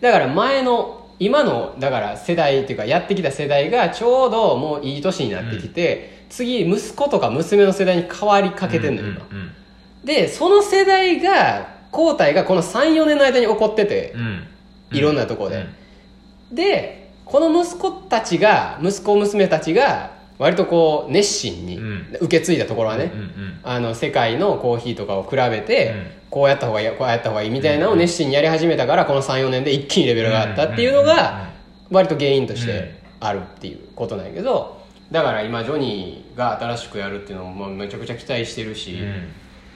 Speaker 2: だから前の今のだから世代っていうかやってきた世代がちょうどもういい年になってきて、次息子とか娘の世代に変わりかけてんのよ、今
Speaker 1: うんうん
Speaker 2: でその世代が交代がこの34年の間に起こってて、
Speaker 1: うんうん
Speaker 2: いろんなところ
Speaker 1: う
Speaker 2: で
Speaker 1: ん、
Speaker 2: でこの息子たちが息子娘たちが割とこう熱心に
Speaker 1: うん
Speaker 2: 受け継いだところはね、
Speaker 1: うんうん
Speaker 2: あの世界のコーヒーとかを比べて、
Speaker 1: うん
Speaker 2: こうやった方がいいこうやった方がいいみたいなのを熱心にやり始めたからこの34年で一気にレベルが上がったっていうのが割と原因としてあるっていうことなんやけどだから今ジョニーが新しくやるっていうのもめちゃくちゃ期待してるし、
Speaker 1: うん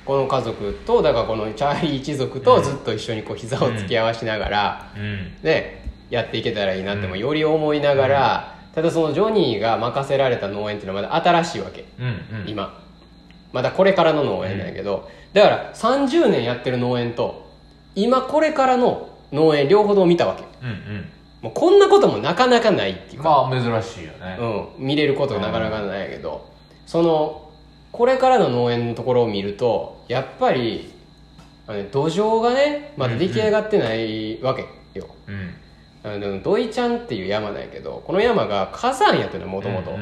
Speaker 2: この家族とだからこのチャーリー一族とずっと一緒にこう膝を突き合わしながら。
Speaker 1: うん
Speaker 2: ね、やっていけたらいいなってもより思いながら、ただそのジョニーが任せられた農園っていうのはまだ新しいわけ、
Speaker 1: うんうん
Speaker 2: 今まだこれからの農園なんやけど、だから30年やってる農園と今これからの農園両方とも見たわけ
Speaker 1: うんうん
Speaker 2: もうこんなこともなかなかないっていうか、
Speaker 1: まあ珍しいよね
Speaker 2: うん、見れることがなかなかないんやけど、そのこれからの農園のところを見るとやっぱりあのね土壌がねまだ出来上がってないわけよ、
Speaker 1: うん
Speaker 2: あの土井ちゃんっていう山なんやけどこの山が火山やってるのもともと
Speaker 1: うんう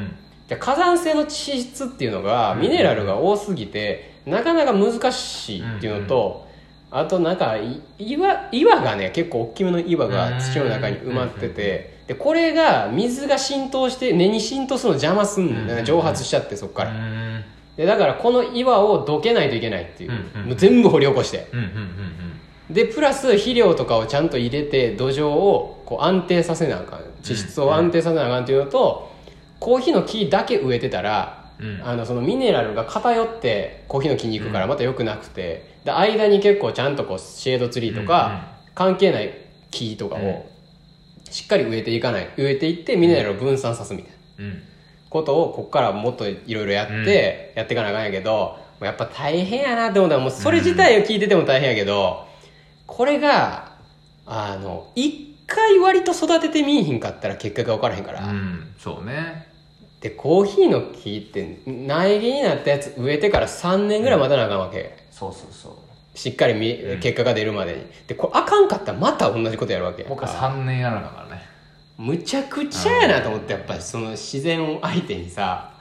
Speaker 1: ん
Speaker 2: 火山性の地質っていうのが
Speaker 1: うん
Speaker 2: ミネラルが多すぎてなかなか難しいっていうのと、あとなんかい岩岩がね結構大きめの岩が土の中に埋まってて、でこれが水が浸透して根に浸透するの邪魔すんのよね、
Speaker 1: うん
Speaker 2: 蒸発しちゃってそこか
Speaker 1: う
Speaker 2: ら
Speaker 1: ん
Speaker 2: でだからこの岩をどけないといけないっていう,、
Speaker 1: うんうん
Speaker 2: もう全部掘り起こして
Speaker 1: うんうんうん
Speaker 2: でプラス肥料とかをちゃんと入れて土壌をこう安定させなあかん地質を安定させなあかんっていうのと、コーヒーの木だけ植えてたら、
Speaker 1: うん
Speaker 2: あのそのミネラルが偏ってコーヒーの木に行くからまた良くなくて、で間に結構ちゃんとこうシェードツリーとか、関係ない木とか
Speaker 1: うん
Speaker 2: をしっかり植えていかない植えていってミネラルを分散さすみたいな
Speaker 1: うんうん
Speaker 2: ことをここからもっといろいろやって、やっていかなあかんやけどもうやっぱ大変やなって思ったらもうそれ自体を聞いてても大変やけど、これがあの一回割と育ててみいひんかったら結果が分からへんから、
Speaker 1: うんそうね
Speaker 2: でコーヒーの木って苗木になったやつ植えてから3年ぐらい待たなあかんわけ、
Speaker 1: そうそうそう
Speaker 2: しっかりみ、
Speaker 1: うん
Speaker 2: 結果が出るまでにでこれあかんかったらまた同じことやるわけやん
Speaker 1: 僕は
Speaker 2: か
Speaker 1: 3年やらなあからね
Speaker 2: むちゃくちゃやなと思ってやっぱりその自然を相手にさ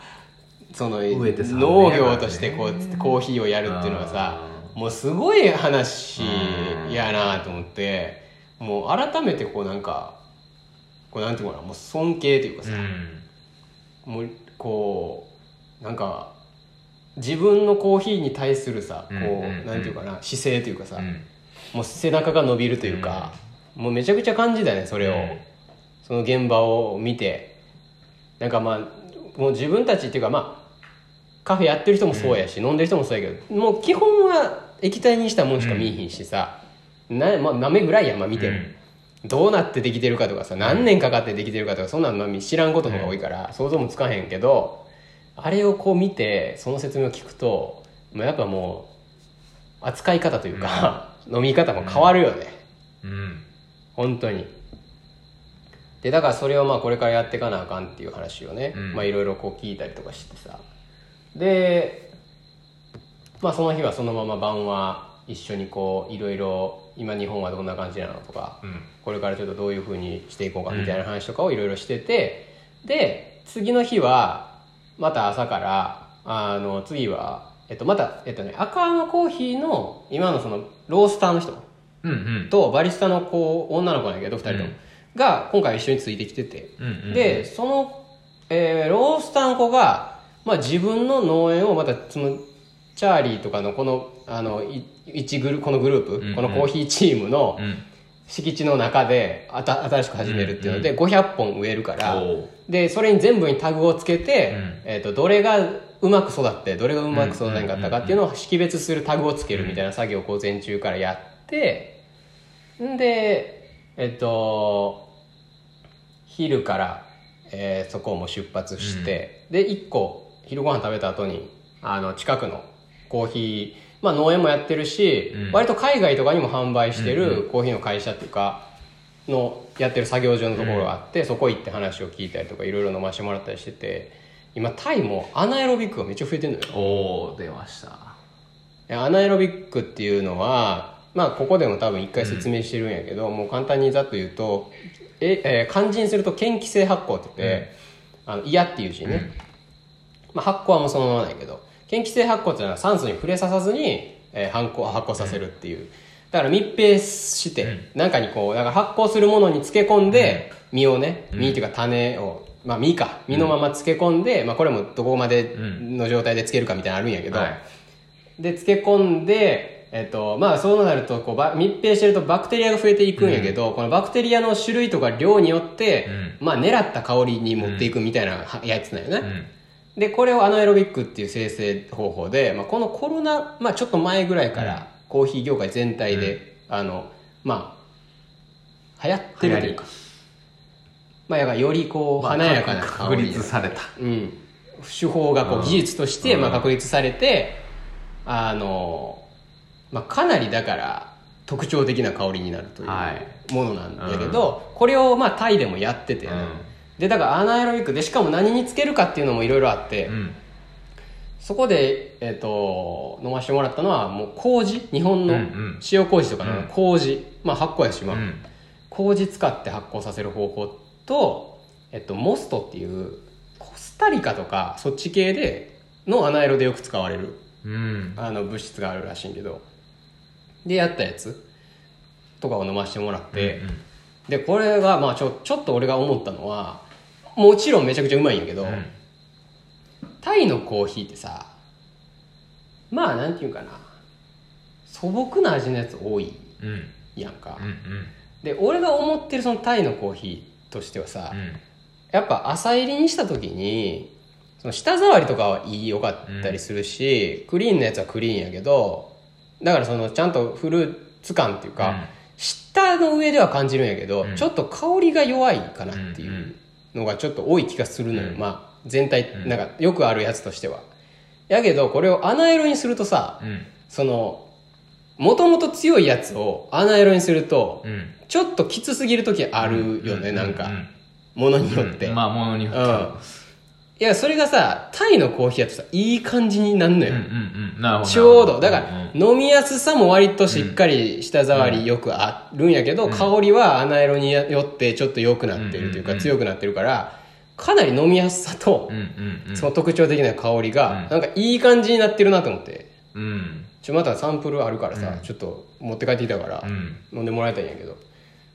Speaker 2: その
Speaker 1: 植えてさ
Speaker 2: 農業としてこ
Speaker 1: ね
Speaker 2: うコーヒーをやるっていうのはさもうすごい話やなと思ってもう改めてこうなんかこうなんていうのかなもう尊敬というか
Speaker 1: う
Speaker 2: さ、
Speaker 1: ん
Speaker 2: もうこうなんか自分のコーヒーに対するさこう、
Speaker 1: うんうんうん
Speaker 2: なんていうかな姿勢というかさ、
Speaker 1: うん
Speaker 2: もう背中が伸びるというか、もうめちゃくちゃ感じたねそれを、その現場を見てなんかまあもう自分たちっていうかまあカフェやってる人もそうやし、飲んでる人もそうやけどもう基本は液体にしたもんしか見えひんしさ、なまあ、豆ぐらいやん、まあ、見ても、どうなってできてるかとかさ何年かかってできてるかとかそんなんまあ知らんことの方が多いから、想像もつかへんけどあれをこう見てその説明を聞くと、まあ、やっぱもう扱い方というか、 *laughs* 飲み方も変わるよね、
Speaker 1: うんうん
Speaker 2: 本当にでだからそれをまあこれからやっていかなあかんっていう話をね、
Speaker 1: うん
Speaker 2: まあいろいろこう聞いたりとかしてさでまあその日はそのまま晩は一緒にこういろいろ今日本はどんな感じなのとか、
Speaker 1: うん
Speaker 2: これからちょっとどういうふうにしていこうかみたいな話とかをいろいろしてて、で次の日はまた朝からあの次は、えっと、また、えっとね、赤のコーヒーの今のそのロースターの人
Speaker 1: うんうん
Speaker 2: とバリスタの子女の子なんやけど2人とも、
Speaker 1: うん
Speaker 2: が今回一緒についてきてて、
Speaker 1: うんうん
Speaker 2: でその、えーロースターの子が、まあ、自分の農園をまたそのチャーリーとかのこのあのい一グルこのグループ、
Speaker 1: うんうん
Speaker 2: このコーヒーチームの
Speaker 1: うん
Speaker 2: 敷地の中であた新しく始めるっていうので、500本植えるから
Speaker 1: おう
Speaker 2: でそれに全部にタグをつけて、
Speaker 1: うん
Speaker 2: えー、とどれがうまく育ってどれがうまく育たなかったかっていうのを識別するタグをつけるみたいな作業を午前中からやってんでえっ、と昼から、えーそこをもう出発して、で1個昼ご飯食べた後にあの近くのコーヒーまあ農園もやってるし、
Speaker 1: うん
Speaker 2: 割と海外とかにも販売してるコーヒーの会社っていうかのやってる作業所のところがあって、そこ行って話を聞いたりとかいろいろ飲ましてもらったりしてて今タイもアナエロビックがめっちゃ増えてるのよ
Speaker 1: おう出ました
Speaker 2: アナエロビックっていうのは、まあ、ここでも多分一回説明してるんやけど、もう簡単にざっと言うと、ええー肝心すると嫌気性発酵って言って、あの嫌っていう字ね、まあ、発酵はもうそのままなんやけど嫌気性発酵っていうのは酸素に触れささずに、えー、発酵発酵させるっていう、だから密閉して、中にこう、だから発酵するものに漬け込んで、実をね、実っていうか種を、まあ実か、実のまま漬け込んで、まあこれもどこまでの状態で漬けるかみたいなのあるんやけど、
Speaker 1: はい
Speaker 2: で、漬け込んで、えっと、まあそうなるとこうば、密閉してるとバクテリアが増えていくんやけど、このバクテリアの種類とか量によって、まあ狙った香りに持っていくみたいなはやつなんよね。
Speaker 1: うん
Speaker 2: でこれをアナエロビックっていう生成方法で、まあ、このコロナ、まあ、ちょっと前ぐらいからコーヒー業界全体で、あのまあ流行ってるというか、まあ、やがよりこう
Speaker 1: まあ
Speaker 2: 華やかな香
Speaker 1: 確
Speaker 2: りで
Speaker 1: 立された
Speaker 2: うん、手法がこう技術としてまあ確立されて、あの、まあ、かなりだから特徴的な香りになるとい
Speaker 1: は
Speaker 2: うものなんだけど、これをまあタイでもやっててね、
Speaker 1: うん
Speaker 2: でだからアナエロビックでしかも何につけるかっていうのもいろいろあって、
Speaker 1: うん
Speaker 2: そこで、えっと飲ませてもらったのはもう麹日本の
Speaker 1: うんうん
Speaker 2: 塩麹とか
Speaker 1: うん
Speaker 2: の麹、まあ、発酵やし、
Speaker 1: う
Speaker 2: まあ
Speaker 1: ん
Speaker 2: 麹使って発酵させる方法と、えっと、モストっていうコスタリカとかそっち系でのアナエロでよく使われる
Speaker 1: うん
Speaker 2: あの物質があるらしいんけどでやったやつとかを飲ませてもらって、
Speaker 1: うん
Speaker 2: でこれがまあちょちょっと俺が思ったのはもちろんめちゃくちゃうまいんやけど、
Speaker 1: うん
Speaker 2: タイのコーヒーってさまあなんていうんかな素朴な味のやつ多い
Speaker 1: うんうん
Speaker 2: やんか、
Speaker 1: うん
Speaker 2: で俺が思ってるそのタイのコーヒーとしてはさ、
Speaker 1: うん
Speaker 2: やっぱ朝入りにした時にその舌触りとかはいいよかったりするし、クリーンなやつはクリーンやけどだからそのちゃんとフルーツ感っていうか、
Speaker 1: うん
Speaker 2: 舌の上では感じるんやけど、
Speaker 1: うん
Speaker 2: ちょっと香りが弱いかなってい
Speaker 1: んう
Speaker 2: うんうのがちょっと多い気がするのよ、
Speaker 1: うん
Speaker 2: まあ全体なんかよくあるやつとしては。やけどこれをアナエロにするとさ
Speaker 1: うん
Speaker 2: そのもともと強いやつをアナエロにすると
Speaker 1: うん
Speaker 2: ちょっときつすぎる時あるよね、なんか。ものによって、
Speaker 1: まあものによって
Speaker 2: うんいやそれがさタイのコーヒーだとさいい感じになんのよ、
Speaker 1: うんうんうんなるほど
Speaker 2: ちょうどだから、
Speaker 1: うん
Speaker 2: 飲みやすさも割としっかり舌触りよくあるんやけど、香りはアナエロによってちょっと良くなってるという
Speaker 1: うんうんう
Speaker 2: か、
Speaker 1: ん
Speaker 2: 強くなってるからかなり飲みやすさと
Speaker 1: うん、うんうん
Speaker 2: その特徴的な香りが、
Speaker 1: うん
Speaker 2: なんかいい感じになってるなと思って
Speaker 1: うん
Speaker 2: ちょまたサンプルあるからさ、ちょっと持って帰ってきたから、
Speaker 1: うん
Speaker 2: 飲んでもらいたいんやけど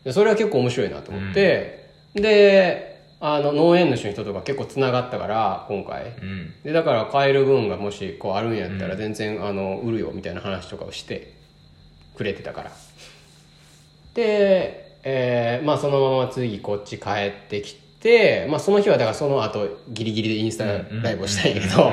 Speaker 2: でそれは結構面白いなと思って、であの農園主の人とか結構つながったから今回
Speaker 1: うん
Speaker 2: でだから買える分がもしこうあるんやったら全然、あの売るよみたいな話とかをしてくれてたからで、えーまあ、そのまま次こっち帰ってきて、まあ、その日はだからその後ギリギリでインスタライブをしたんやけど、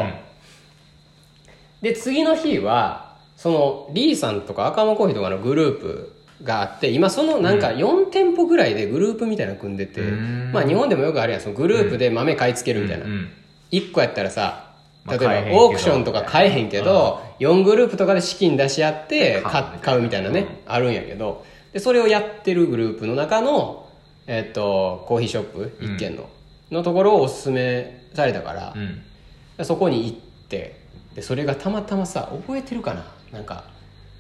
Speaker 2: で次の日はそのリーさんとか赤間コーヒーとかのグループがあって今そのなんか4店舗ぐらいでグループみたいなの組んでて、
Speaker 1: うん
Speaker 2: まあ日本でもよくあるやんそのグループで豆買い付けるみたいな、
Speaker 1: うん
Speaker 2: 1個やったらさ
Speaker 1: ま
Speaker 2: 例
Speaker 1: あ
Speaker 2: えば
Speaker 1: 買えへんけど
Speaker 2: オークションとか買えへんけど、4グループとかで資金出し合って
Speaker 1: 買
Speaker 2: 買
Speaker 1: う
Speaker 2: 買うみたいなね、あるんやけどでそれをやってるグループの中の、えっとコーヒーショップ1軒の、のところをおすすめされたから、
Speaker 1: うん
Speaker 2: でそこに行ってでそれがたまたまさ覚えてるかななんか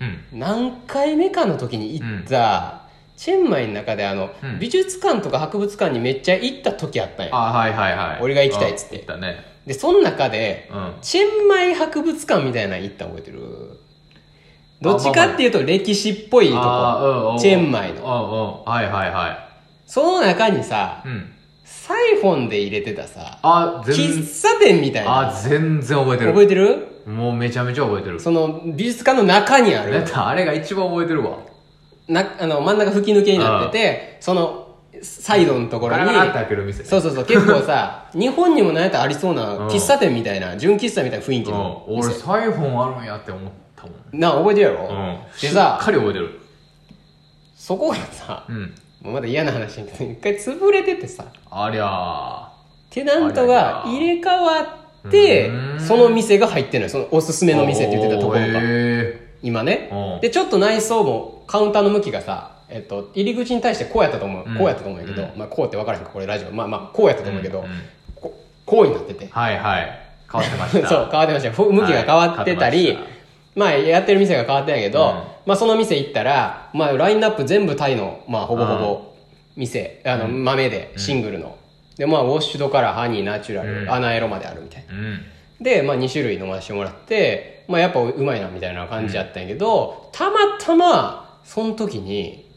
Speaker 1: うん
Speaker 2: 何回目かの時に行った、チェンマイの中であの、
Speaker 1: うん
Speaker 2: 美術館とか博物館にめっちゃ行った時あったんよ
Speaker 1: あはいはいはい
Speaker 2: 俺が行きたいっつって
Speaker 1: うん行ったね
Speaker 2: でその中で
Speaker 1: うん
Speaker 2: チェンマイ博物館みたいなの行ったの覚えてるどっちかっていうと歴史っぽいと
Speaker 1: あーうんう
Speaker 2: こ
Speaker 1: ん
Speaker 2: チェンマイ
Speaker 1: うん
Speaker 2: の
Speaker 1: うんはいはいは
Speaker 2: その中にさ
Speaker 1: いうん
Speaker 2: サイフォンで入れてたさ
Speaker 1: あ全
Speaker 2: 喫茶店みたいな
Speaker 1: あ全然覚えてる
Speaker 2: 覚えてる
Speaker 1: もうめちゃめちゃ覚えてる
Speaker 2: その美術館の中にある
Speaker 1: だってあれが一番覚えてるわ
Speaker 2: なあの真ん中吹き抜けになっててそのサイドのところ
Speaker 1: ガラ
Speaker 2: に
Speaker 1: ガラって開ける店
Speaker 2: そうそうそう結構
Speaker 1: *laughs*
Speaker 2: さ日本にも何やったらありそう
Speaker 1: うん
Speaker 2: な喫茶店みたいな純喫茶みたいな雰囲気の
Speaker 1: うん俺サイフォンあるんやって思ったもん
Speaker 2: な覚えてるやろ、
Speaker 1: うん
Speaker 2: で
Speaker 1: しっ
Speaker 2: さ
Speaker 1: かり覚えてる
Speaker 2: そこがさ
Speaker 1: うん
Speaker 2: もうまだ嫌な話やけど一回潰れててさ
Speaker 1: ありゃ
Speaker 2: テナントが入れ替わっ
Speaker 1: あ
Speaker 2: て
Speaker 1: らら
Speaker 2: その店が入ってるのよそのおすすめの店って言ってたところ
Speaker 1: おー
Speaker 2: が、
Speaker 1: へ
Speaker 2: 今ね
Speaker 1: うん
Speaker 2: でちょっと内装もカウンターの向きがさ、えっと、入り口に対してこうやったと思う、
Speaker 1: うん
Speaker 2: こうやったと思うんやけど、まあ、こうって分からへんかこれラジオまあまあこうやったと思うけど、
Speaker 1: うんうん
Speaker 2: ここうになってて
Speaker 1: ーはいはい変わってま
Speaker 2: そ
Speaker 1: し
Speaker 2: う
Speaker 1: た
Speaker 2: 変わってましたふ向きが変わってた
Speaker 1: は
Speaker 2: り、
Speaker 1: い変わってまし
Speaker 2: まあやってる店が変わってんやけど、
Speaker 1: うん
Speaker 2: まあその店行ったら、まあラインナップ全部タイの、まあほぼほぼ店、あの豆で、シングルの。で、まあウォッシュドからハニー、ナチュラル、
Speaker 1: うん
Speaker 2: アナエロまであるみたいな。
Speaker 1: うん
Speaker 2: で、まあ2種類飲ませてもらって、まあやっぱうまいなみたいな感じやったんやけど、たまたま、その時に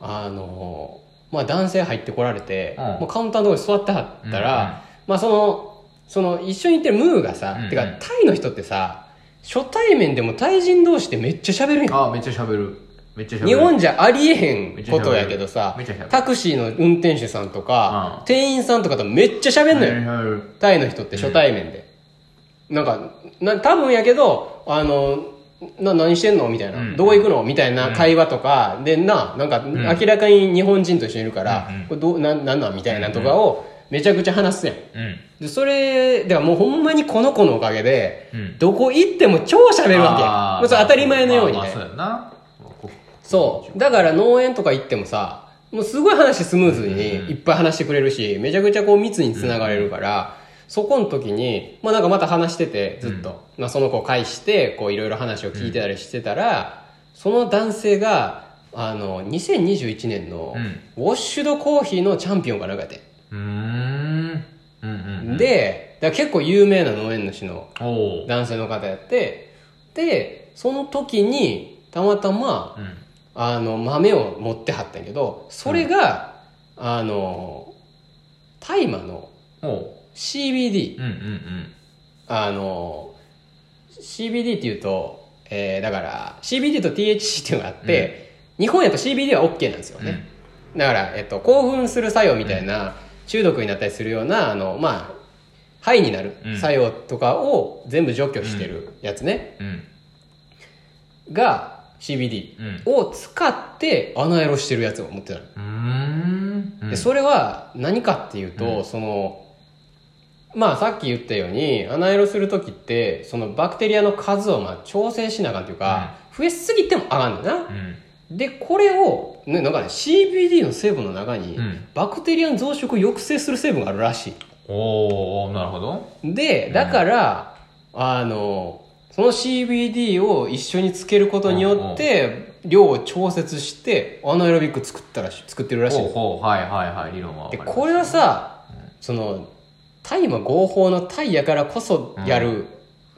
Speaker 2: あの、まあ、男性入ってこられて、
Speaker 1: うん
Speaker 2: もうカウンターのとこに座ってはったら、
Speaker 1: うんうん
Speaker 2: まあ、そのその一緒に行ってるムーがさ、
Speaker 1: うんうん
Speaker 2: てかタイの人ってさ初対面でもタイ人同士ってめっちゃ喋るやん
Speaker 1: ああめっちゃ喋るめっちゃ喋る
Speaker 2: 日本じゃありえへんことやけどさ
Speaker 1: めっちゃ喋る
Speaker 2: タクシーの運転手さんとか、
Speaker 1: うん
Speaker 2: 店員さんとかとめっちゃ喋んのよ、
Speaker 1: 喋る
Speaker 2: タイの人って初対面で、なんかな多分やけどあのな何してんのみたいな、
Speaker 1: うん
Speaker 2: どこ行くのみたいな会話とか、でななんか明らかに日本人と一緒にいるから、
Speaker 1: うんうん
Speaker 2: これどうなんなんなんみたいなとかをめちゃくちゃ話すやん
Speaker 1: うん
Speaker 2: でそれだからもうほんまにこの子のおかげで、
Speaker 1: うん
Speaker 2: どこ行っても超喋るわけ
Speaker 1: あ
Speaker 2: も
Speaker 1: ー
Speaker 2: うそれ当たり前のようにね、
Speaker 1: まあまあそうやなこ
Speaker 2: そう。だから農園とか行ってもさ、もうすごい話スムーズにいっぱい話してくれるし、めちゃくちゃこう密につながれるから、そこの時に、まあなんかまた話してて、ずっと。まあその子を介して、こういろいろ話を聞いてたりしてたら、その男性が、あの、2021年のウォッシュドコーヒーのチャンピオンかなんかやって。
Speaker 1: うーんうんうん
Speaker 2: で、だから結構有名な農園主の
Speaker 1: おお
Speaker 2: 男性の方やって、で、その時に、たまたま、
Speaker 1: うん
Speaker 2: あの豆を持ってはったんやけどそれが、あの大麻の
Speaker 1: おう
Speaker 2: CBD
Speaker 1: うんうんうん
Speaker 2: あの CBD っていうと、えーだから CBD と THC っていうのがあって、日本やと CBD は OK なんですよね、だから、えっと、興奮する作用みたいな、中毒になったりするようなあのまあ肺になる
Speaker 1: うん
Speaker 2: 作用とかを全部除去してるやつね、
Speaker 1: うん
Speaker 2: が CBD
Speaker 1: うん
Speaker 2: を使ってアナエロしてるやつを持ってたの
Speaker 1: うーんうん
Speaker 2: でそれは何かっていうと、そのまあさっき言ったようにアナエロする時ってそのバクテリアの数をまあ調整しなあかんというか、増えすぎてもあかんねんな
Speaker 1: う、ん
Speaker 2: でこれを、ね、なんかね CBD の成分の中に、
Speaker 1: うん
Speaker 2: バクテリアの増殖を抑制する成分があるらし
Speaker 1: おおなるほど
Speaker 2: いでだから、あのその CBD を一緒につけることによって量を調節してアナエロビック作ったらし作ってるらしい
Speaker 1: ほうほうはいはいはい理論はわか
Speaker 2: で
Speaker 1: ります
Speaker 2: これはさ、その大麻合法のタイやからこそやる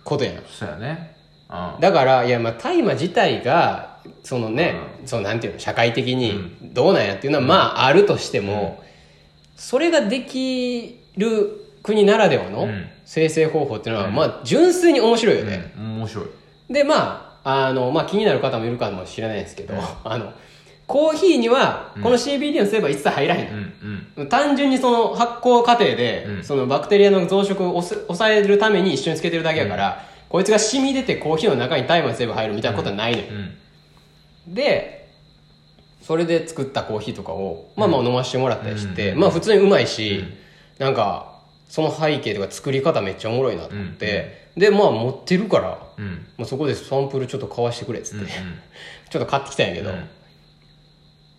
Speaker 2: ことやん、
Speaker 1: そうやねうん
Speaker 2: だからいやまあ大麻自体がそのね、そのなんていうの社会的にどうなんやっていうのはまああるとしても、それができる国ならでは
Speaker 1: う
Speaker 2: の
Speaker 1: ん
Speaker 2: 生成方法っていうのは、まあ純粋に面白いよね、
Speaker 1: うん面白い
Speaker 2: でまああの、まあ、気になる方もいるかもしれないですけど、あのコーヒーにはこの CBD の成分は一切入らへん
Speaker 1: うんうん
Speaker 2: 単純にその発酵過程で、
Speaker 1: うん
Speaker 2: そのバクテリアの増殖をおす抑えるために一緒につけてるだけやから、こいつが染み出てコーヒーの中に大麻の成分入るみたいなことはないのよ、
Speaker 1: うん
Speaker 2: でそれで作ったコーヒーとかをまあまあ飲ませてもらったりして、
Speaker 1: うん
Speaker 2: まあ普通にうまいし、なんかその背景とか作り方めっちゃおもろいなと思って、でまあ持ってるから、
Speaker 1: うんうん
Speaker 2: まあ、そこでサンプルちょっと買わしてくれっつって、ちょっと買ってきたんやけど、
Speaker 1: うん
Speaker 2: だか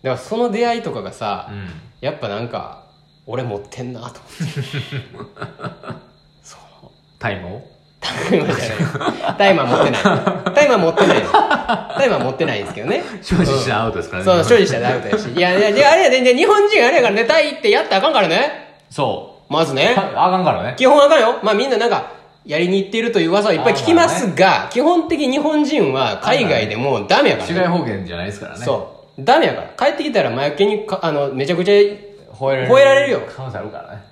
Speaker 2: らその出会いとかがさ、
Speaker 1: うん
Speaker 2: やっぱなんか俺持ってんなと思って
Speaker 1: タイムを
Speaker 2: *laughs* タイマーじゃないタイマー持ってないタイマー持ってないタイマー持ってないんですけどね
Speaker 1: 所持したらアウトですからね
Speaker 2: そう所持したらダウトやしいやいやいやあれやでで日本人あれやからねタイってやったらあかんからね
Speaker 1: そ
Speaker 2: まず
Speaker 1: う
Speaker 2: ね
Speaker 1: ああかんからね
Speaker 2: 基本あかんよまあみんななんかやりに行ってるという噂をいっぱい聞きますが、基本的に日本人は海外でもうダメやから、
Speaker 1: 違い方言じゃないですからね
Speaker 2: そうダメやから帰ってきたら魔除けにかあのめちゃくちゃ
Speaker 1: 吠えられる
Speaker 2: 吠えられるよ
Speaker 1: 可能性あるからね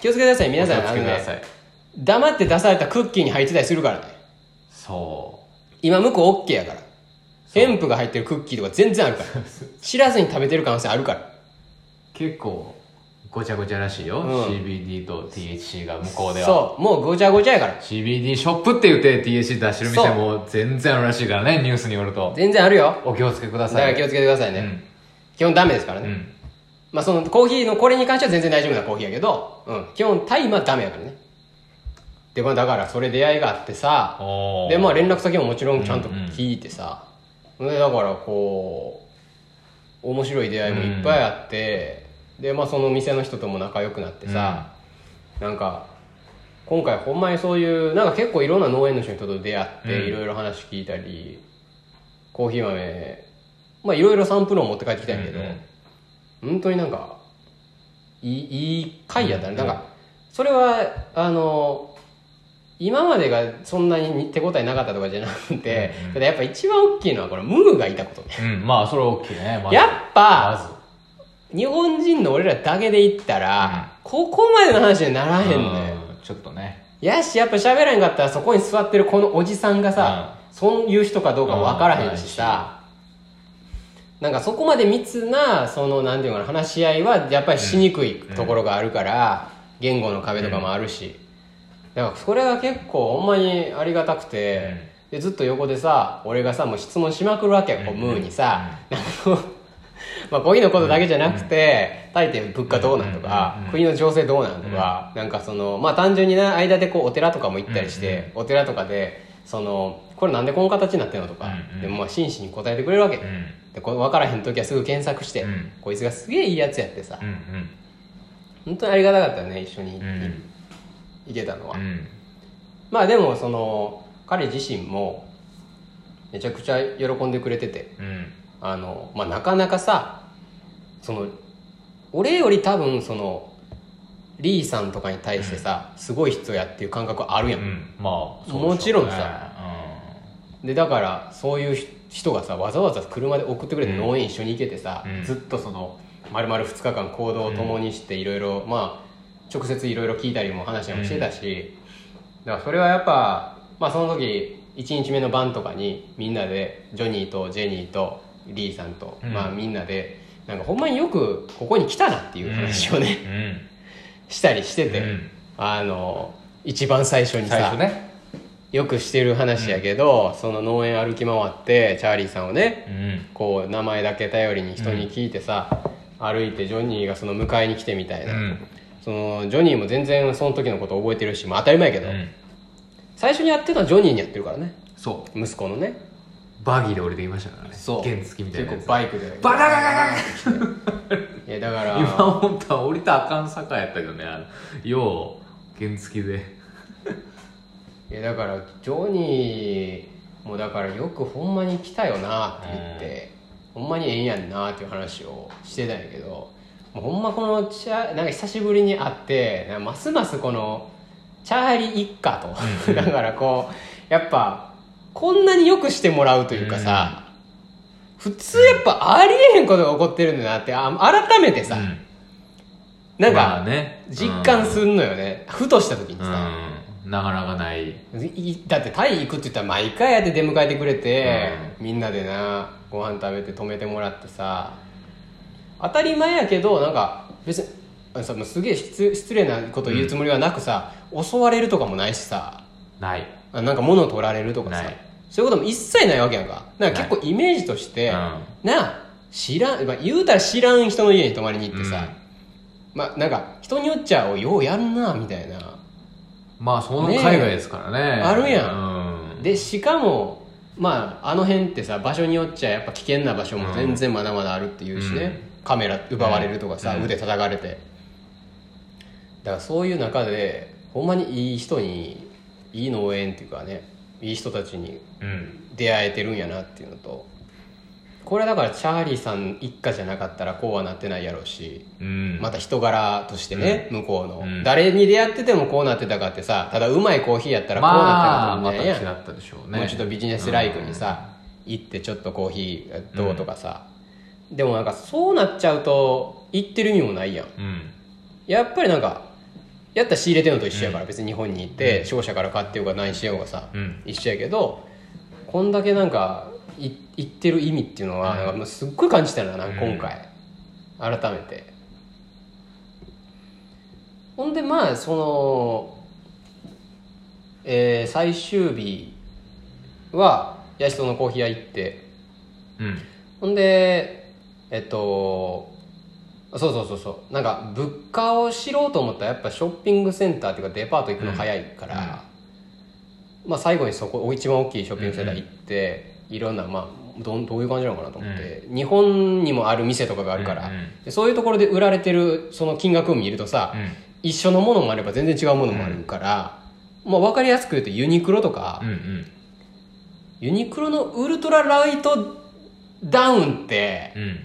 Speaker 2: 気をつけてください皆さん
Speaker 1: お気を
Speaker 2: あ
Speaker 1: つ
Speaker 2: の
Speaker 1: けくだ
Speaker 2: ね
Speaker 1: さい
Speaker 2: 黙って出されたクッキーに入ってたりするからね
Speaker 1: そ
Speaker 2: 今向こう OK やからヘンプが入ってるクッキーとか全然あるから知らずに食べてる可能性あるから
Speaker 1: う結構ごちゃごちゃらしいよ、CBD と THC が向こうでは
Speaker 2: そうもうごちゃごちゃやから
Speaker 1: CBD ショップって言って THC 出してる店も全然あるらしいからねニュースによると
Speaker 2: 全然あるよ
Speaker 1: お気をつけくだ
Speaker 2: だ
Speaker 1: さ
Speaker 2: か
Speaker 1: い
Speaker 2: ら気をつけてくださいね、
Speaker 1: うん
Speaker 2: 基本ダメですから
Speaker 1: う
Speaker 2: ね、
Speaker 1: ん
Speaker 2: まあそのコーヒーのこれに関しては全然大丈夫なコーヒーやけど、うん、基本タイマーダメやからねでまあだからそれ出会いがあってさ
Speaker 1: おー
Speaker 2: でまあ連絡先ももちろんちゃんと聞いてさ、でだからこう面白い出会いもいっぱいあって、でまあその店の人とも仲良くなってさ、なんか今回ほんまにそういうなんか結構いろんな農園の人にと出会って、
Speaker 1: うん
Speaker 2: いろいろ話聞いたりコーヒー豆まあいろいろサンプルを持って帰ってきたんやけど、
Speaker 1: うんうん
Speaker 2: 本当になんかいいいい回やったね、なんかそれはあの今までがそんなに手応えなかったとかじゃなくて、ただやっぱ一番大きいのはこれムーがいたことね
Speaker 1: うん、まあ、それは大きいね。まず
Speaker 2: やっ
Speaker 1: まず
Speaker 2: ぱ、日本人の俺らだけで言ったら、ここまでの話にならへんのよ。
Speaker 1: うんちょっとね。
Speaker 2: やし、やっぱ喋らへんかったらそこに座ってるこのおじさんがさ、そういう人かどうかわからへんしさ、なんかそこまで密な、その、なんていうのかな、話し合いはやっぱりしにくいところがあるから、言語の壁とかもあるし、だからそれが結構ほんまにありがたくて、でずっと横でさ俺がさもう質問しまくるわけよ、こうムーにさ、なんかこう *laughs* まあコーヒーのことだけじゃなくて、大抵物価どうなんとか、国の情勢どうなんとか、なんかそのまあ単純にな間でこうお寺とかも行ったりして、お寺とかでそのこれなんでこの形になってんのとか、
Speaker 1: うんうん
Speaker 2: でもまあ真摯に答えてくれるわけ、
Speaker 1: うん。
Speaker 2: でこれ分からへん時はすぐ検索して、
Speaker 1: うん
Speaker 2: こいつがすげえいいやつやってさ、
Speaker 1: うん
Speaker 2: 本当にありがたかったよね一緒に
Speaker 1: うん。うん。
Speaker 2: 行けたのは
Speaker 1: う、ん。
Speaker 2: まあでもその彼自身もめちゃくちゃ喜んでくれてて
Speaker 1: うん。
Speaker 2: あの、まあ、なかなかさその俺より多分そのリーさんとかに対してさ、すごい人やっていう感覚あるや、
Speaker 1: うんん。まあ、
Speaker 2: もちろん
Speaker 1: さ
Speaker 2: さ。でだからそういうひ人がさわざわざ車で送ってくれて
Speaker 1: うん
Speaker 2: 農園一緒に行けてさ、
Speaker 1: うん
Speaker 2: ずっとその丸々2日間行動を共にしていろいろまあ直接いろいろ聞いたりも話もしてたし、だからそれはやっぱ、まあ、その時1日目の晩とかにみんなでジョニーとジェニーとリーさんと、
Speaker 1: うん
Speaker 2: まあみんなでなんかほんまによくここに来たなっていう話をね、
Speaker 1: うん。うん。
Speaker 2: したりしてて、
Speaker 1: うん
Speaker 2: あの一番最初にさ
Speaker 1: 最初ね。
Speaker 2: よくしてる話やけど、その農園歩き回ってチャーリーさんをね
Speaker 1: うん。
Speaker 2: こう名前だけ頼りに人に聞いてさ、歩いてジョニーがその迎えに来てみたいうな、
Speaker 1: ん。
Speaker 2: そのジョニーも全然その時のこと覚えてるし、まあ、当たり前やけ
Speaker 1: う
Speaker 2: ど、
Speaker 1: ん。
Speaker 2: 最初にやってたのはジョニーにやってるからね
Speaker 1: そ
Speaker 2: 息子のね
Speaker 1: う。バギーで降りてきましたからね。原付みたいなやつ。
Speaker 2: 結構バイクで
Speaker 1: バカガガ
Speaker 2: いやだ
Speaker 1: ガ
Speaker 2: か
Speaker 1: ガ今
Speaker 2: ら
Speaker 1: 本当は降りたらあかん坂やったけどね。あのよう、原付で。
Speaker 2: いやだからジョニーもだからよくほんまに来たよなって言って、ほんまにええんやんなっていう話をしてたんやけどもうほんまこのチャなんか久しぶりに会ってなんかますますこのチャーリー一
Speaker 1: *laughs*
Speaker 2: 家とだからこうやっぱこんなによくしてもらうというかさ、普通やっぱありえへんことが起こってるんだなってあ改めてさ、なん
Speaker 1: まあ
Speaker 2: か
Speaker 1: ね。
Speaker 2: 実感するのよね、ふとした時に
Speaker 1: う
Speaker 2: さ、
Speaker 1: ん。なかなかない。
Speaker 2: いだってタイ行くって言ったら毎回やって出迎えてくれて、みんなでなご飯食べて泊めてもらってさ当たり前やけどなんか別にあのさもうすげえ失失礼なこと言うつもりはなくさ、襲われるとかもないしさ
Speaker 1: ない。
Speaker 2: あなんか物を取られるとかさ
Speaker 1: ない
Speaker 2: そういうことも一切ないわけやんかなんか結構イメージとして、なあ知らん、まあ、言うたら知らん人の家に泊まりに行ってさ、まあなんか人によっちゃおようやんなみたいな
Speaker 1: まあ、その海外ですからね。
Speaker 2: あるや
Speaker 1: ん。
Speaker 2: でしかもまああの辺ってさ場所によっちゃやっぱ危険な場所も全然まだまだあるっていうしね、カメラ奪われるとかさ、
Speaker 1: うん
Speaker 2: 腕叩かれてだからそういう中でほんまにいい人にいい農園っていうかねいい人たちに
Speaker 1: うん。
Speaker 2: 出会えてるんやなっていうのとこれだからチャーリーさん一家じゃなかったらこうはなってないやろうし
Speaker 1: うん。
Speaker 2: また人柄としてね、向こうの、
Speaker 1: うん
Speaker 2: 誰に出会っててもこうなってたかってさただうまいコーヒーやったらこう
Speaker 1: ま
Speaker 2: な
Speaker 1: あ、
Speaker 2: ってたか
Speaker 1: ま
Speaker 2: み
Speaker 1: た
Speaker 2: たい
Speaker 1: 違
Speaker 2: やん
Speaker 1: ったでしょうね。
Speaker 2: もうちょっとビジネスライクにさ、行ってちょっとコーヒーどうとかさ、でもなんかそうなっちゃうと行ってる意味もないやん
Speaker 1: うん。
Speaker 2: やっぱりなんかやったら仕入れてんのと一緒やから、別に日本に行って商社から買ってようが何しようがさ、
Speaker 1: うん。
Speaker 2: 一緒やけどこんだけなんかい行ってる意味っていうのはなんかもうすっごい感じたななんか今回、改めてほんでまあその、えー最終日は八人のコーヒー屋行って
Speaker 1: うん。
Speaker 2: ほんでえっとそうそうそうそうなんか物価を知ろうと思ったらやっぱショッピングセンターっていうかデパート行くの早いから、まあ、最後にそこ一番大きいショッピングセンター行って、いろんな、まあ、どんどういう感じなのかなと思って、日本にもある店とかがあるから、
Speaker 1: うんうん
Speaker 2: でそういうところで売られてるその金額を見るとさ、
Speaker 1: うん。
Speaker 2: 一緒のものもあれば全然違うものもあるから、まあ、分かりやすく言うとユニクロとか、
Speaker 1: うん。うん。
Speaker 2: ユニクロのウルトラライトダウンって
Speaker 1: うん。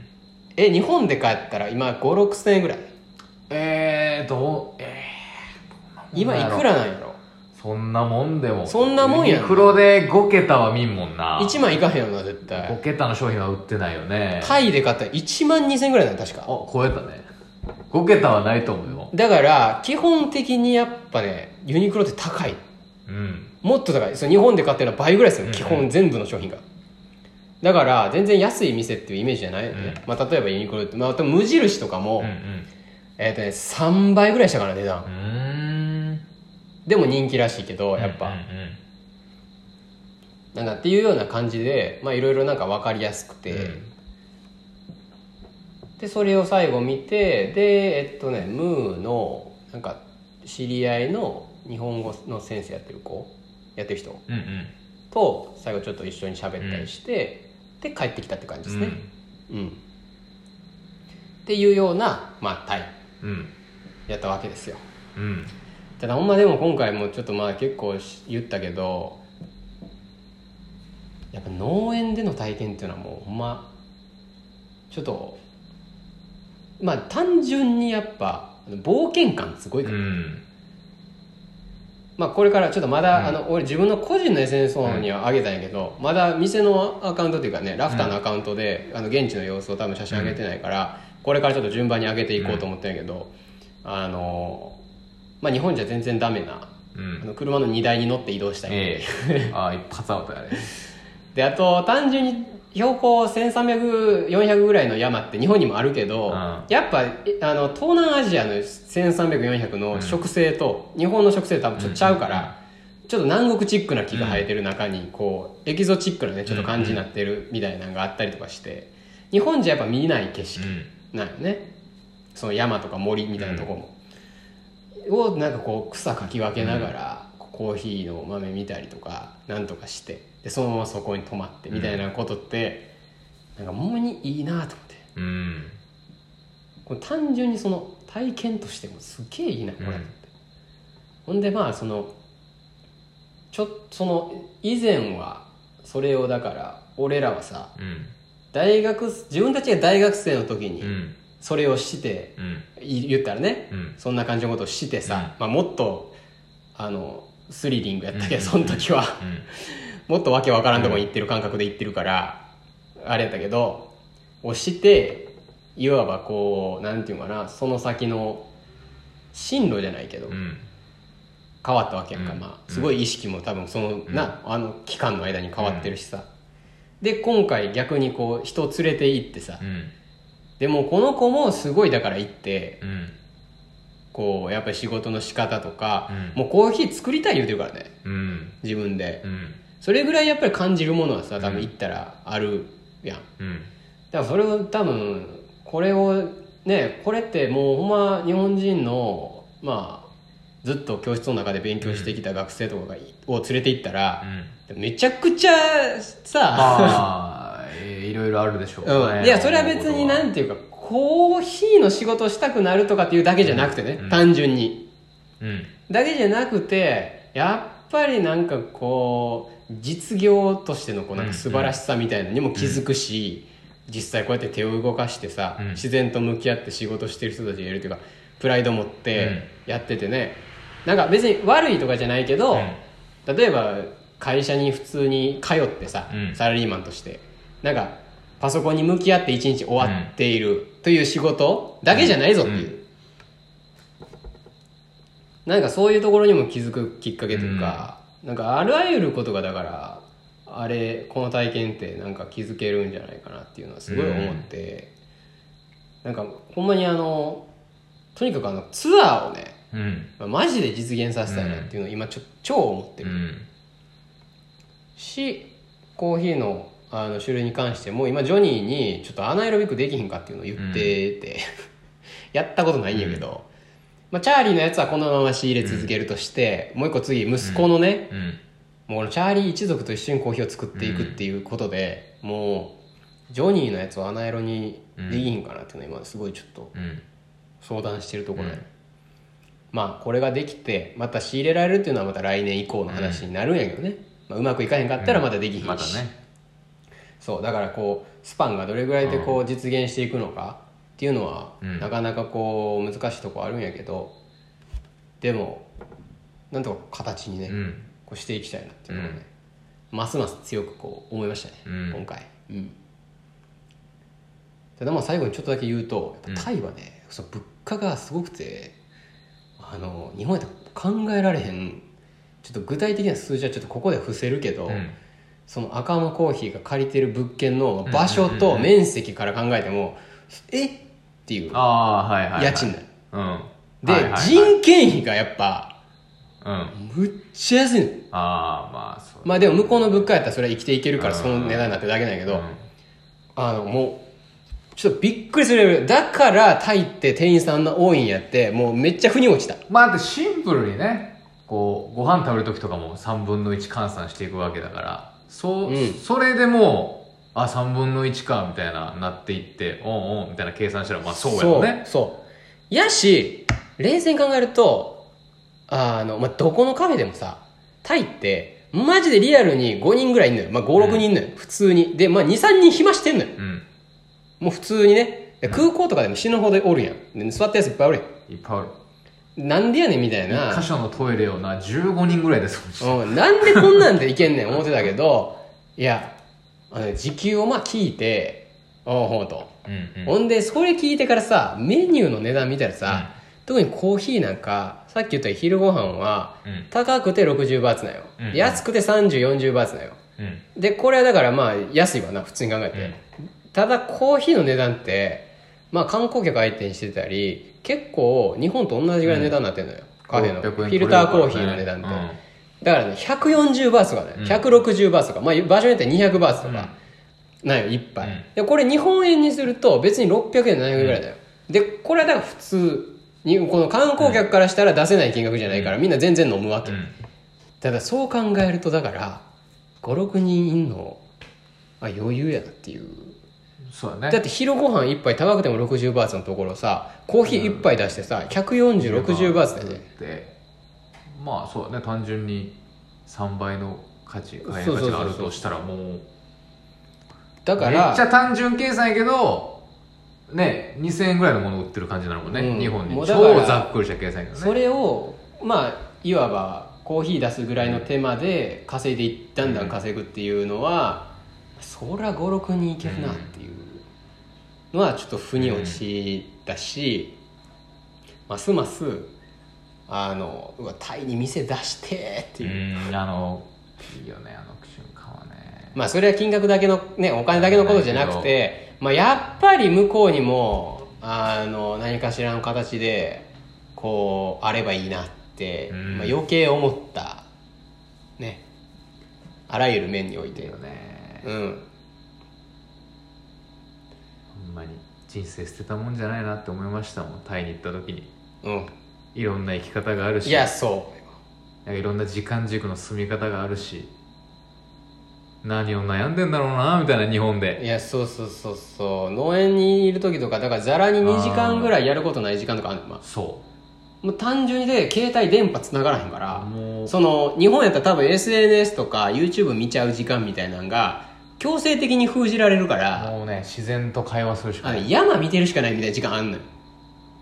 Speaker 2: え日本で買ったら今56000円ぐらい
Speaker 1: えー、どう、えー、
Speaker 2: 今いくらなんやろ
Speaker 1: そんなもんでも
Speaker 2: そんなもんや
Speaker 1: ユニクロで5桁は見んもんな
Speaker 2: 1万いかへんやろな絶対
Speaker 1: 5桁の商品は売ってないよね
Speaker 2: タイで買ったら1万2000ぐらいだよ確
Speaker 1: あ
Speaker 2: か
Speaker 1: 超えたね5桁はないと思うよ
Speaker 2: だから基本的にやっぱねユニクロって高い
Speaker 1: うん
Speaker 2: もっと高いその日本で買ってるのは倍ぐらいですよ、
Speaker 1: うん
Speaker 2: 基本全部の商品がだから全然安い店っていうイメージじゃないよね、まあ、例えばユニクロって、まあ、無印とか
Speaker 1: う
Speaker 2: も、
Speaker 1: んうん
Speaker 2: えっ、とね3倍ぐらいしたから値段
Speaker 1: うーん
Speaker 2: でも人気らしいけどやっ
Speaker 1: う
Speaker 2: ぱ、
Speaker 1: んうん
Speaker 2: なんかっていうような感じでまあいろいろなんか分かりやすくて、でそれを最後見てでえっとねムーのなんか知り合いの日本語の先生やってる子やってる人
Speaker 1: うんうん
Speaker 2: と最後ちょっと一緒に喋ったりして、で帰ってきたって感じですね、うんっていうようなまあタイ
Speaker 1: うん
Speaker 2: やったわけですよ
Speaker 1: うん
Speaker 2: ただほんまでも今回もちょっとまあ結構し言ったけどやっぱ農園での体験っていうのはもうほんまちょっとまあ単純にやっぱ冒険感すごいから、
Speaker 1: うん
Speaker 2: まあこれからちょっとまだ、
Speaker 1: うん
Speaker 2: あの俺自分の個人の SNS の方には上げたんやけど、まだ店のアカウントっていうかねラフターのアカウントで、あの現地の様子を多分写真上げてないから、これからちょっと順番に上げていこうと思ってんやけど、あのまあ日本じゃ全然ダメな
Speaker 1: う
Speaker 2: あ
Speaker 1: ん
Speaker 2: の車の荷台に乗って移動したい、
Speaker 1: ええああ一発アウトやね
Speaker 2: であと単純に標高1300400ぐらいの山って日本にもあるけど、
Speaker 1: うん
Speaker 2: やっぱえあの東南アジアの1300400の植生と、日本の植生と多分ちょっとちゃうから、ちょっと南国チックな木が生えてる中にこうエキゾチックなねちょっと感じになってるみたいなのがあったりとかして日本じゃやっぱ見ない景
Speaker 1: う
Speaker 2: 色
Speaker 1: ん
Speaker 2: なんよねその山とか森みたいなとこも、をなんかこう草かき分けながら、コーヒーの豆見たりとかなんとかしてでそのままそこに泊まってみたいなことって、なんかほんまにいいなと思って
Speaker 1: うん
Speaker 2: これ単純にその体験としてもすっげえいいなこれと思って、ほんでまあそのちょその以前はそれをだから俺らはさ
Speaker 1: うん
Speaker 2: 大学自分たちが大学生の時
Speaker 1: う
Speaker 2: に
Speaker 1: ん
Speaker 2: それをして、
Speaker 1: うん
Speaker 2: い言ったらね、
Speaker 1: うん
Speaker 2: そんな感じのことをしてさ、まあ、もっとあのスリリングやったけど、その時はもっとわけわからんとこに行ってる感覚で行ってるから、あれやったけどをしていわばこうなんていうのかなその先の進路じゃないけど、
Speaker 1: うんうん
Speaker 2: 変わったわけやんか、
Speaker 1: うん
Speaker 2: まあ、
Speaker 1: うん
Speaker 2: すごい意識も多分その、なあの期間の間に変わってるしさ、で今回逆にこう人を連れて行ってさ、
Speaker 1: うん
Speaker 2: でもこの子もすごいだから行って
Speaker 1: うん
Speaker 2: こうやっぱり仕事の仕方とか、
Speaker 1: うん
Speaker 2: もうコーヒー作りたい言うてるからね
Speaker 1: うん
Speaker 2: 自分で
Speaker 1: うん
Speaker 2: それぐらいやっぱり感じるものはさ多
Speaker 1: う
Speaker 2: 分
Speaker 1: ん
Speaker 2: 行ったらあるやんだ
Speaker 1: うん
Speaker 2: からそれを多分これをねこれってもうほんま日本人のまあずっと教室の中で勉強してきた学生とかがいを連れて行ったら、めちゃくちゃさ、
Speaker 1: ああえーいろいろあるでしょう
Speaker 2: *laughs* うん、いやそれは別になんていうかコーヒーの仕事をしたくなるとかっていうだけじゃなくてね、
Speaker 1: うん
Speaker 2: 単純に
Speaker 1: うん
Speaker 2: だけじゃなくてやっぱりなんかこう実業としてのこうなんか素晴らしさみたいなのにも気づくし、実際こうやって手を動かしてさ、
Speaker 1: うん
Speaker 2: 自然と向き合って仕事してる人たちがいるというかプライド持ってやっててね、なんか別に悪いとかじゃないけど、例えば会社に普通に通ってさ、
Speaker 1: うん
Speaker 2: サラリーマンとしてなんかパソコンに向き合って一日終わっているという仕事だけじゃないぞっていう、なんかそういうところにも気づくきっかけというか、なんかあらゆることがだからあれこの体験ってなんか気づけるんじゃないかなっていうのはすごい思って、なんかほんまにあのとにかくあのツアーをね
Speaker 1: うん
Speaker 2: まあマジで実現させたいなっていうのを今ちょ超思って
Speaker 1: う
Speaker 2: る
Speaker 1: ん
Speaker 2: しコーヒーのあの種類に関しても今ジョニーにちょっとアナエロビックできひんかっていうのを言ってて、 *laughs* やったことないんやけど、まあ、チャーリーのやつはこのまま仕入れ続けるとして、もう一個次息子のね、
Speaker 1: うん
Speaker 2: もうこのチャーリー一族と一緒にコーヒーを作っていくっていうことで、もうジョニーのやつをアナエロにできひんかなっていうのを今すごいちょっと
Speaker 1: うん
Speaker 2: 相談してるところやね、まあこれができてまた仕入れられるっていうのはまた来年以降の話になるんやけどね、うまあ、うまくいかへんかったらまたできひんし、
Speaker 1: またね
Speaker 2: そうだからこうスパンがどれぐらいでこう実現していくのかっていうのは、
Speaker 1: うん
Speaker 2: なかなかこう難しいとこあるんやけどでもなんとか形にね、
Speaker 1: うん
Speaker 2: こうしていきたいなっていうのをね、ますます強くこう思いましたね、
Speaker 1: うん
Speaker 2: 今回、うん、ただまあ最後にちょっとだけ言うとやっぱタイはね、その物価がすごくてあの日本やったら考えられへんちょっと具体的な数字はちょっとここで伏せるけど、
Speaker 1: うん
Speaker 2: その赤間コーヒーが借りてる物件の場所と面積から考えても、えっていう
Speaker 1: ああーはいはい、はい、
Speaker 2: 家賃だよ
Speaker 1: うん
Speaker 2: で、
Speaker 1: はいはいはい
Speaker 2: 人件費がやっぱ
Speaker 1: うんあ
Speaker 2: むっちゃ安いの
Speaker 1: あーまあそう
Speaker 2: まあでも向こうの物価やったらそれは生きていけるから
Speaker 1: うん
Speaker 2: その値段になってるだけなんやけど、
Speaker 1: うん
Speaker 2: あのもうちょっとびっくりするレベルだからタイって店員さんあんな多いんやってもうめっちゃ腑に落ちた
Speaker 1: まあだってシンプルにねこうご飯食べる時とかも3分の1換算していくわけだからそう、
Speaker 2: うん
Speaker 1: それでもうあ3分の1かみたいななっていっておんおんみたいな計算したらまあそうやろね
Speaker 2: そうそうやし冷静に考えるとあの、まあ、どこのカフェでもさタイってマジでリアルに5人ぐらいいんのよ、まあ、56人いんのよ、普通にで、まあ、23人暇してんのよ
Speaker 1: うん
Speaker 2: もう普通にねで空港とかでも死ぬほどおるやんで座ったやついっぱいおるや
Speaker 1: いっぱいある
Speaker 2: んなんでやねんみたいな
Speaker 1: 1箇所のトイレをな15人ぐらいで掃除して
Speaker 2: うん、なんでこんなんでいけんねん思ってたけど、いや、あの時給をまあ聞いて、おうほうと。
Speaker 1: うんうん
Speaker 2: ほんで、それ聞いてからさ、メニューの値段見たらさ、特にコーヒーなんか、さっき言った昼ご飯は、
Speaker 1: うん
Speaker 2: 高くて60バーツなんよ。
Speaker 1: うん
Speaker 2: 安くて30、40バーツなんよ。
Speaker 1: うん
Speaker 2: で、これはだからまあ、安いわな、普通に考えて。ただ、コーヒーの値段って、まあ、観光客相手にしてたり、結構、日本と同じぐらいの値段になってんのよ。カフェの。
Speaker 1: 600円
Speaker 2: フ
Speaker 1: 取れる
Speaker 2: ィル
Speaker 1: から
Speaker 2: タ
Speaker 1: ね
Speaker 2: ーコーヒーの値段って。だからね、140バーツとかね、160バーツとか、まあ、場所によっては200バーツとか、なんよ、一杯、
Speaker 1: うん
Speaker 2: で、これ日本円にすると、別に600円、700円ぐらいだよ。で、これはだから普通に、この観光客からしたら出せない金額じゃないから、みんな全然飲むわけ。
Speaker 1: うんうん
Speaker 2: ただ、そう考えると、だから、5、6人いんの、あ、余裕やなっていう。
Speaker 1: そうだ
Speaker 2: だっ
Speaker 1: ね
Speaker 2: て昼ご飯一杯高くても60バーツのところさ、コーヒー一杯出してさ、140、60バーツだよね。
Speaker 1: でまあそうだね単純に3倍の価値買い価値があるとしたらもう
Speaker 2: だか
Speaker 1: め
Speaker 2: ら
Speaker 1: っち、ゃ単純計算やけどね2000円ぐらいのもの売ってる感じになるもんね、
Speaker 2: うん
Speaker 1: 日本に
Speaker 2: もうだから
Speaker 1: 超ざっくりした計算やけどね
Speaker 2: それをまあいわばコーヒー出すぐらいの手間で稼いでいだんだん稼ぐっていうのは、そりゃ56人いけるなっていうのはちょっと腑に落ちたし、ますますあのうわタイに店出してって
Speaker 1: う
Speaker 2: いう、
Speaker 1: んあのいいよねあの瞬間はね
Speaker 2: まあそれは金額だけのねお金だけのことじゃなくて、まあ、やっぱり向こうにもあの何かしらの形でこうあればいいなって、
Speaker 1: うん
Speaker 2: まあ、余計思ったねあらゆる面におい
Speaker 1: いい
Speaker 2: て
Speaker 1: よね
Speaker 2: うん
Speaker 1: ほんまに人生捨てたもんじゃないなって思いましたもんタイに行った時に
Speaker 2: うん
Speaker 1: いろんな生き方があるし
Speaker 2: いやそう
Speaker 1: なんかいろんな時間軸の進み方があるし何を悩んでんだろうなみたいな日本で
Speaker 2: いやそうそうそうそう農園にいる時とかだからざらに2時間ぐらいやることない時間とかあるのま
Speaker 1: そ
Speaker 2: あもう単純にで携帯電波つながらへんから、
Speaker 1: うもう
Speaker 2: その日本やったら多分 SNS とか YouTube 見ちゃう時間みたいなのが強制的に封じられるから、
Speaker 1: もうね自然と会話するしか
Speaker 2: あ
Speaker 1: な
Speaker 2: の
Speaker 1: い
Speaker 2: 山見てるしかないみたいな時間あんのよ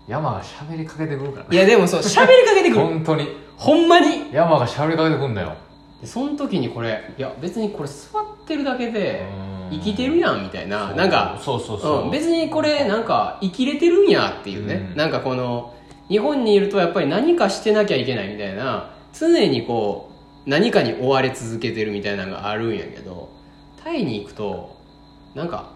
Speaker 1: 山が喋りかけてくるから
Speaker 2: い
Speaker 1: ね
Speaker 2: やでもそう喋りかけてくる
Speaker 1: 本当に
Speaker 2: ほんまに
Speaker 1: 山が喋りかけてくんだよ
Speaker 2: でその時にこれいや別にこれ座ってるだけで
Speaker 1: うん
Speaker 2: 生きてるやんみたいな
Speaker 1: そう
Speaker 2: なんか
Speaker 1: そうそうそう、
Speaker 2: うん別にこれなんか生きれてるんやっていうね、
Speaker 1: うん
Speaker 2: なんかこの日本にいるとやっぱり何かしてなきゃいけないみたいな常にこう何かに追われ続けてるみたいなのがあるんやけどタイに行くとなんか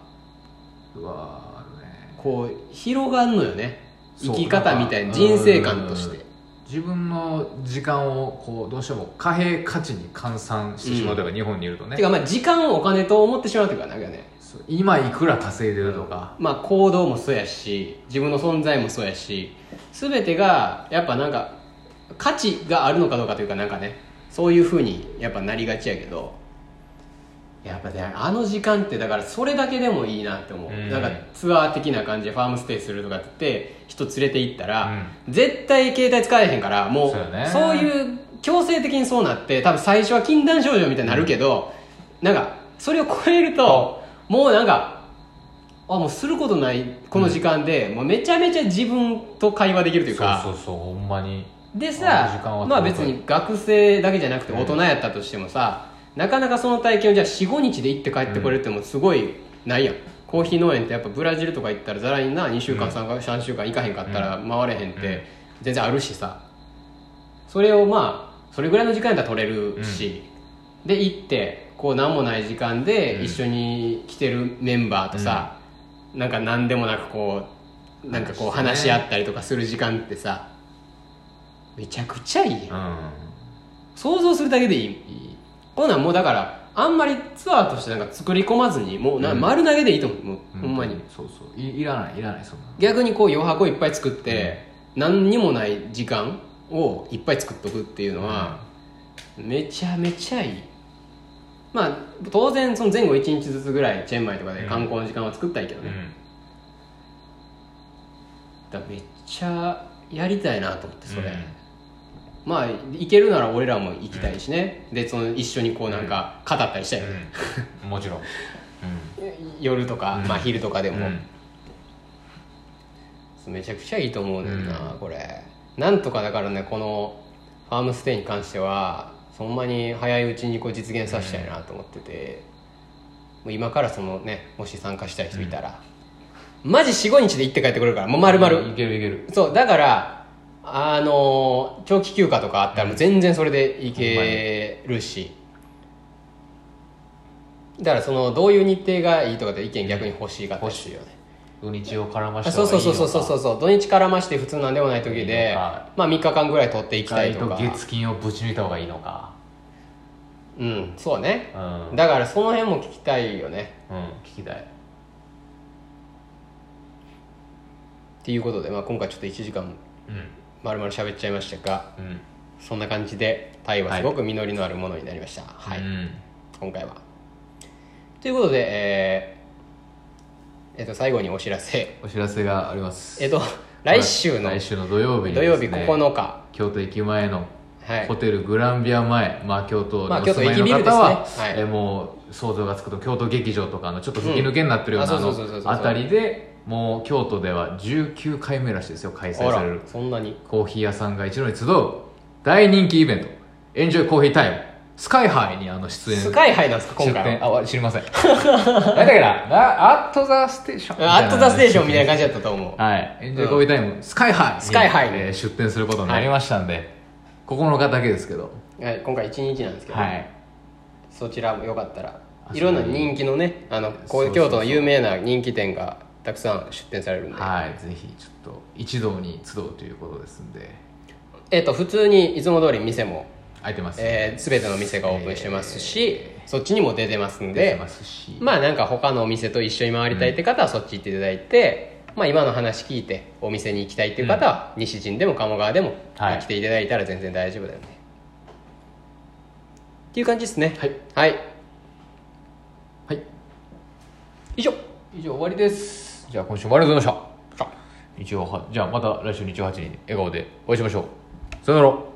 Speaker 1: うわーあるね
Speaker 2: こう広がんのよね
Speaker 1: そ
Speaker 2: 生
Speaker 1: う
Speaker 2: き方みたい
Speaker 1: なん
Speaker 2: な
Speaker 1: か
Speaker 2: 人生観として
Speaker 1: 自分の時間をこうどうしても貨幣価値に換算してしまうというか、日本にいるとね
Speaker 2: てかまあ時間をお金と思ってしまうというかなんかね
Speaker 1: そう今いくら稼いでるとか、
Speaker 2: まあ、行動もそうやし自分の存在もそうやし全てがやっぱなんか価値があるのかどうかというかなんかねそういうふうにやっぱなりがちやけどやっぱねあの時間ってだからそれだけでもいいなって思う、
Speaker 1: うん
Speaker 2: なんかツアー的な感じでファームステイするとかって言って人連れて行ったら、絶対携帯使えへんからもう
Speaker 1: そうよね
Speaker 2: そういう強制的にそうなって多分最初は禁断症状みたいになるけど、なんかそれを超えるともうなんかあもうすることないこの時間で、もうめちゃめちゃ自分と会話できるというか
Speaker 1: そうそうそうほんまに
Speaker 2: で
Speaker 1: あ時
Speaker 2: さ
Speaker 1: 間は
Speaker 2: まあ別に学生だけじゃなくて大人やったとしてもさ、なかなかその体験をじゃあ45日で行って帰ってこれるってもうすごいないやん、コーヒー農園ってやっぱブラジルとか行ったらざらにな2週間3か3週間行かへんかったら回れへんって全然あるしさそれをまあそれぐらいの時間やったら取れるし、で行ってこう何もない時間で一緒に来てるメンバーとさ、なんか何でもなくこうなんかこう話し合ったりとかする時間ってさめちゃくちゃいいやん想像するだけでいいこんなんもうだからあんまりツアーとしてなんか作り込まずにもうな、
Speaker 1: うん
Speaker 2: 丸投げでいいと思うもう
Speaker 1: うん
Speaker 2: ほんまに
Speaker 1: そうそういいらないいらないそんな
Speaker 2: 逆にこう余白をいっぱい作って、何にもない時間をいっぱい作っとくっていうのは、めちゃめちゃいいまあ当然その前後1日ずつぐらいチェンマイとかで観光の時間は作ったらいいけどね、だからめっちゃやりたいなと思ってそれ、まあ行けるなら俺らも行きたいしね、でその一緒にこうなんか語ったりしたいよね、
Speaker 1: うんもちろん
Speaker 2: 夜とか、
Speaker 1: うん
Speaker 2: まあ昼とかで
Speaker 1: うん
Speaker 2: も、めちゃくちゃいいと思うねんな、これなんとかだからねこのファームステイに関してはそんなに早いうちにこう実現させたいなと思ってて、もう今からそのねもし参加したい人いたら、マジ45日で行って帰ってくれるからもう丸々、
Speaker 1: いけるいける
Speaker 2: そうだからあの長期休暇とかあったらもう全然それでいけるし、だからそのどういう日程がいいとかって意見逆に欲しいかったりするよね
Speaker 1: 土日を絡ま
Speaker 2: あ
Speaker 1: した
Speaker 2: そうそうそうそうそうそううそう土日絡まして普通なんでもない時
Speaker 1: いい
Speaker 2: で
Speaker 1: のか
Speaker 2: まあ3日間ぐらい取っていきた
Speaker 1: 期
Speaker 2: い
Speaker 1: と
Speaker 2: とか
Speaker 1: 月金をぶち抜いた方がいいのか
Speaker 2: うんそうね
Speaker 1: うん、うん、
Speaker 2: だからその辺も聞きたいよね
Speaker 1: 聞きたい
Speaker 2: っていうことで、まあ、今回ちょっと1時間
Speaker 1: うん
Speaker 2: まるまる喋っちゃいましたが
Speaker 1: うん
Speaker 2: そんな感じでタイはすごく実りのあるものになりましたはい、
Speaker 1: うん
Speaker 2: 今回はということでえーえっと最後にお知らせ
Speaker 1: お知らせがあります
Speaker 2: えっと来週の
Speaker 1: 来週の土曜日に
Speaker 2: 土曜日
Speaker 1: ですね
Speaker 2: 9日
Speaker 1: 京都駅前の
Speaker 2: はい
Speaker 1: ホテルグランビア前、まあ、京都
Speaker 2: まあ
Speaker 1: にお
Speaker 2: 京都
Speaker 1: 住まいの
Speaker 2: 駅ビルですね
Speaker 1: 方は、
Speaker 2: はい
Speaker 1: えーもう想像がつくと京都劇場とかのちょっと吹き抜けになってるようなあ
Speaker 2: うんあ
Speaker 1: の
Speaker 2: そうそうそうそうそう
Speaker 1: あたりでもう京都では19回目らしいですよ開催
Speaker 2: あ
Speaker 1: さ
Speaker 2: ら
Speaker 1: れる
Speaker 2: そんなに
Speaker 1: コーヒー屋さんが一度に集う大人気イベント「エンジョイコーヒータイム」スカイハイにあの出演
Speaker 2: スカイハイなんですか
Speaker 1: 出
Speaker 2: 今回は
Speaker 1: 店あわ知りません *laughs* なんだっけななアット・ザ・ステーションみたいな
Speaker 2: *laughs* アット・ザ・ステーションみたいな感じだったと思う
Speaker 1: はい、エンジョイコーヒータイム、スカイハイに
Speaker 2: スカイハイに
Speaker 1: えー出店することになりましたんで、ここの方だけですけど、
Speaker 2: はい、今回1日なんですけど、
Speaker 1: はい、
Speaker 2: そちらもよかったら
Speaker 1: あ
Speaker 2: いろんな人気のねあのこ
Speaker 1: そうそうそう
Speaker 2: う京都の有名な人気店がたくさん出店されるんで、
Speaker 1: はい、ぜひちょっと一堂に集うということですんで、
Speaker 2: えっと普通にいつも通り店も、
Speaker 1: 空いてます、
Speaker 2: えー、全ての店がオープンしてますし、そっちにも出てますん
Speaker 1: 出て
Speaker 2: で
Speaker 1: ますし、
Speaker 2: まあなんか他のお店と一緒に回りたいって方はそっち行っていただいて、まあ今の話聞いてお店に行きたいっていう方は西陣でも鴨川でも
Speaker 1: はい
Speaker 2: 来ていただいたら全然大丈夫だよね、っていう感じですね
Speaker 1: はい、
Speaker 2: はい
Speaker 1: はい、
Speaker 2: 以上
Speaker 1: 以上終わりです。じゃあ今週もありがとうございました。
Speaker 2: さあ
Speaker 1: 日曜はじゃあまた来週日曜8時に笑顔でお会いしましょう。さよなら。